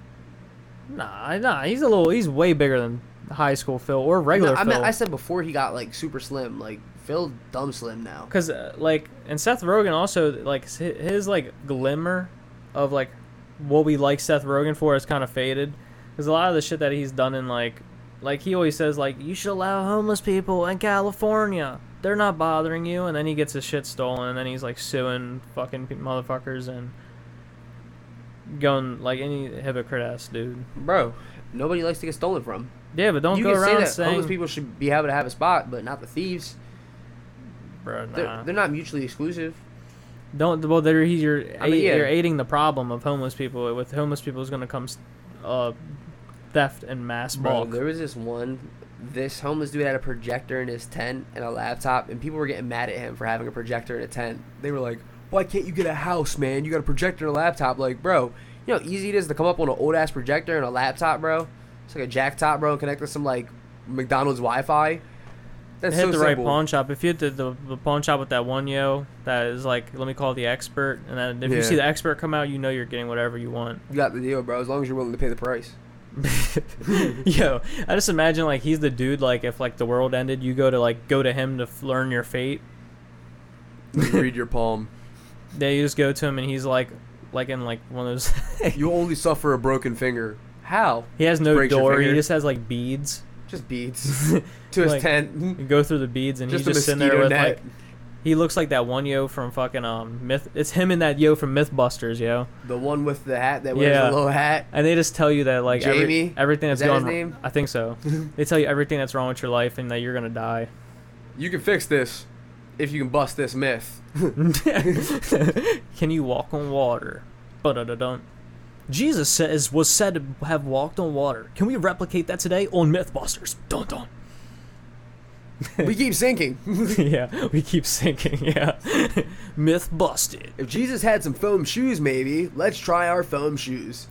F: Nah, nah, he's a little. He's way bigger than high school Phil or regular
G: No, I
F: Phil.
G: meant I said before he got like super slim. Like Phil, dumb slim now.
F: Cause uh, like, and Seth Rogen also like his, his like glimmer of like what we like Seth Rogen for is kind of faded. Cause a lot of the shit that he's done in like, like he always says like you should allow homeless people in California. They're not bothering you, and then he gets his shit stolen, and then he's like suing fucking pe- motherfuckers and going like any hypocrite ass dude.
G: Bro, nobody likes to get stolen from.
F: Yeah, but don't
G: you
F: go
G: can say
F: around
G: that
F: saying,
G: homeless people should be able to have a spot, but not the thieves.
F: bro, nah.
G: They're, they're not mutually exclusive.
F: Don't well, there he's you're
G: I mean,
F: aid-
G: yeah.
F: you're aiding the problem of homeless people. With homeless people is gonna come, s- uh, theft and mass
G: Bro,
F: bulk.
G: there was this one. This homeless dude had a projector in his tent and a laptop, and people were getting mad at him for having a projector in a tent. They were like, "Why can't you get a house, man? You got a projector and a laptop." Like, bro, you know how easy it is to come up on an old ass projector and a laptop, bro. It's like a jacktop, bro, and connect to some like McDonald's Wi-Fi. That's
F: hit
G: so
F: the right
G: simple.
F: pawn shop. If you hit the, the, the pawn shop with that one yo, that is like, let me call the expert, and then if you
G: Yeah.
F: see the expert come out, you know you're getting whatever you want.
G: You got the deal, bro. As long as you're willing to pay the price.
F: Yo, I just imagine like he's the dude. Like if like the world ended, you go to like go to him to f- learn your fate.
G: Read your palm.
F: Yeah, you just go to him and he's like, like in like one of those.
G: you only suffer a broken finger. How?
F: He has no
G: Breaks your
F: door. He
G: finger.
F: just has like beads.
G: Just beads to his
F: Like,
G: tent.
F: You go through the beads and
G: Just a
F: he's just sitting there with
G: mosquito net.
F: like. He looks like that one yo from fucking um myth. It's him and that yo from MythBusters, yo.
G: The one with the hat that wears
F: yeah.
G: the little hat.
F: And they just tell you that like every-
G: Jamie?
F: everything
G: Is
F: that's
G: that his
F: going.
G: name?
F: I think so. they tell you everything that's wrong with your life and that you're gonna die.
G: You can fix this if you can bust this myth.
F: Can you walk on water? Ba-da-da-dun. Jesus says was said to have walked on water. Can we replicate that today on MythBusters? Dun dun.
G: we keep sinking.
F: yeah, we keep sinking. Yeah, myth busted.
G: If Jesus had some foam shoes, maybe let's try our foam shoes.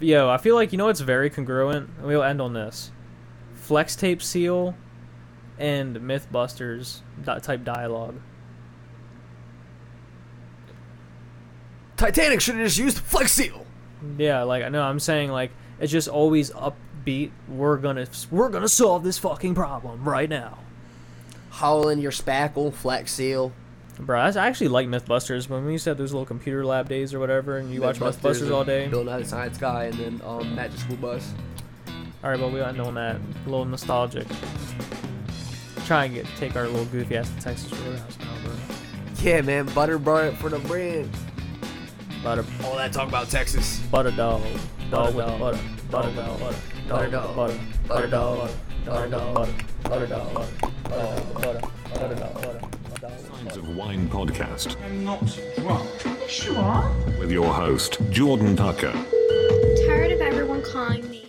F: Yo, I feel like you know what's very congruent. And We'll end on this. Flex tape seal, and MythBusters di- type dialogue.
G: Titanic should have just used Flex Seal.
F: Yeah, like I know I'm saying like it's just always upbeat. We're gonna we're gonna solve this fucking problem right now.
G: Howl in your spackle, Flex Seal.
F: Bro, I actually like MythBusters. When we used to have those little computer lab days or whatever, and you watch MythBusters all day.
G: Bill Nye the Science Guy, and then um, Magic School Bus.
F: All right, well we end on that. A little nostalgic. Try and get take our little goofy ass to Texas Roadhouse now, bro.
G: Yeah, man, butter bun for the bread.
F: Butter.
G: All that talk about Texas.
F: Butter dog. Dog
G: Butter
F: with
G: dog.
F: butter. Butter dog. Butter.
G: Butter
F: dog.
G: dog.
F: Butter. Butter
G: Butter
F: dog.
G: dog.
F: Butter dog. Butter. Butter dog. Butter. Butter dog. Butter.
B: Signs of Wine Podcast
C: I'm not drunk.
E: Sure.
B: with your host, Jordan Tucker.
E: Tired of everyone calling me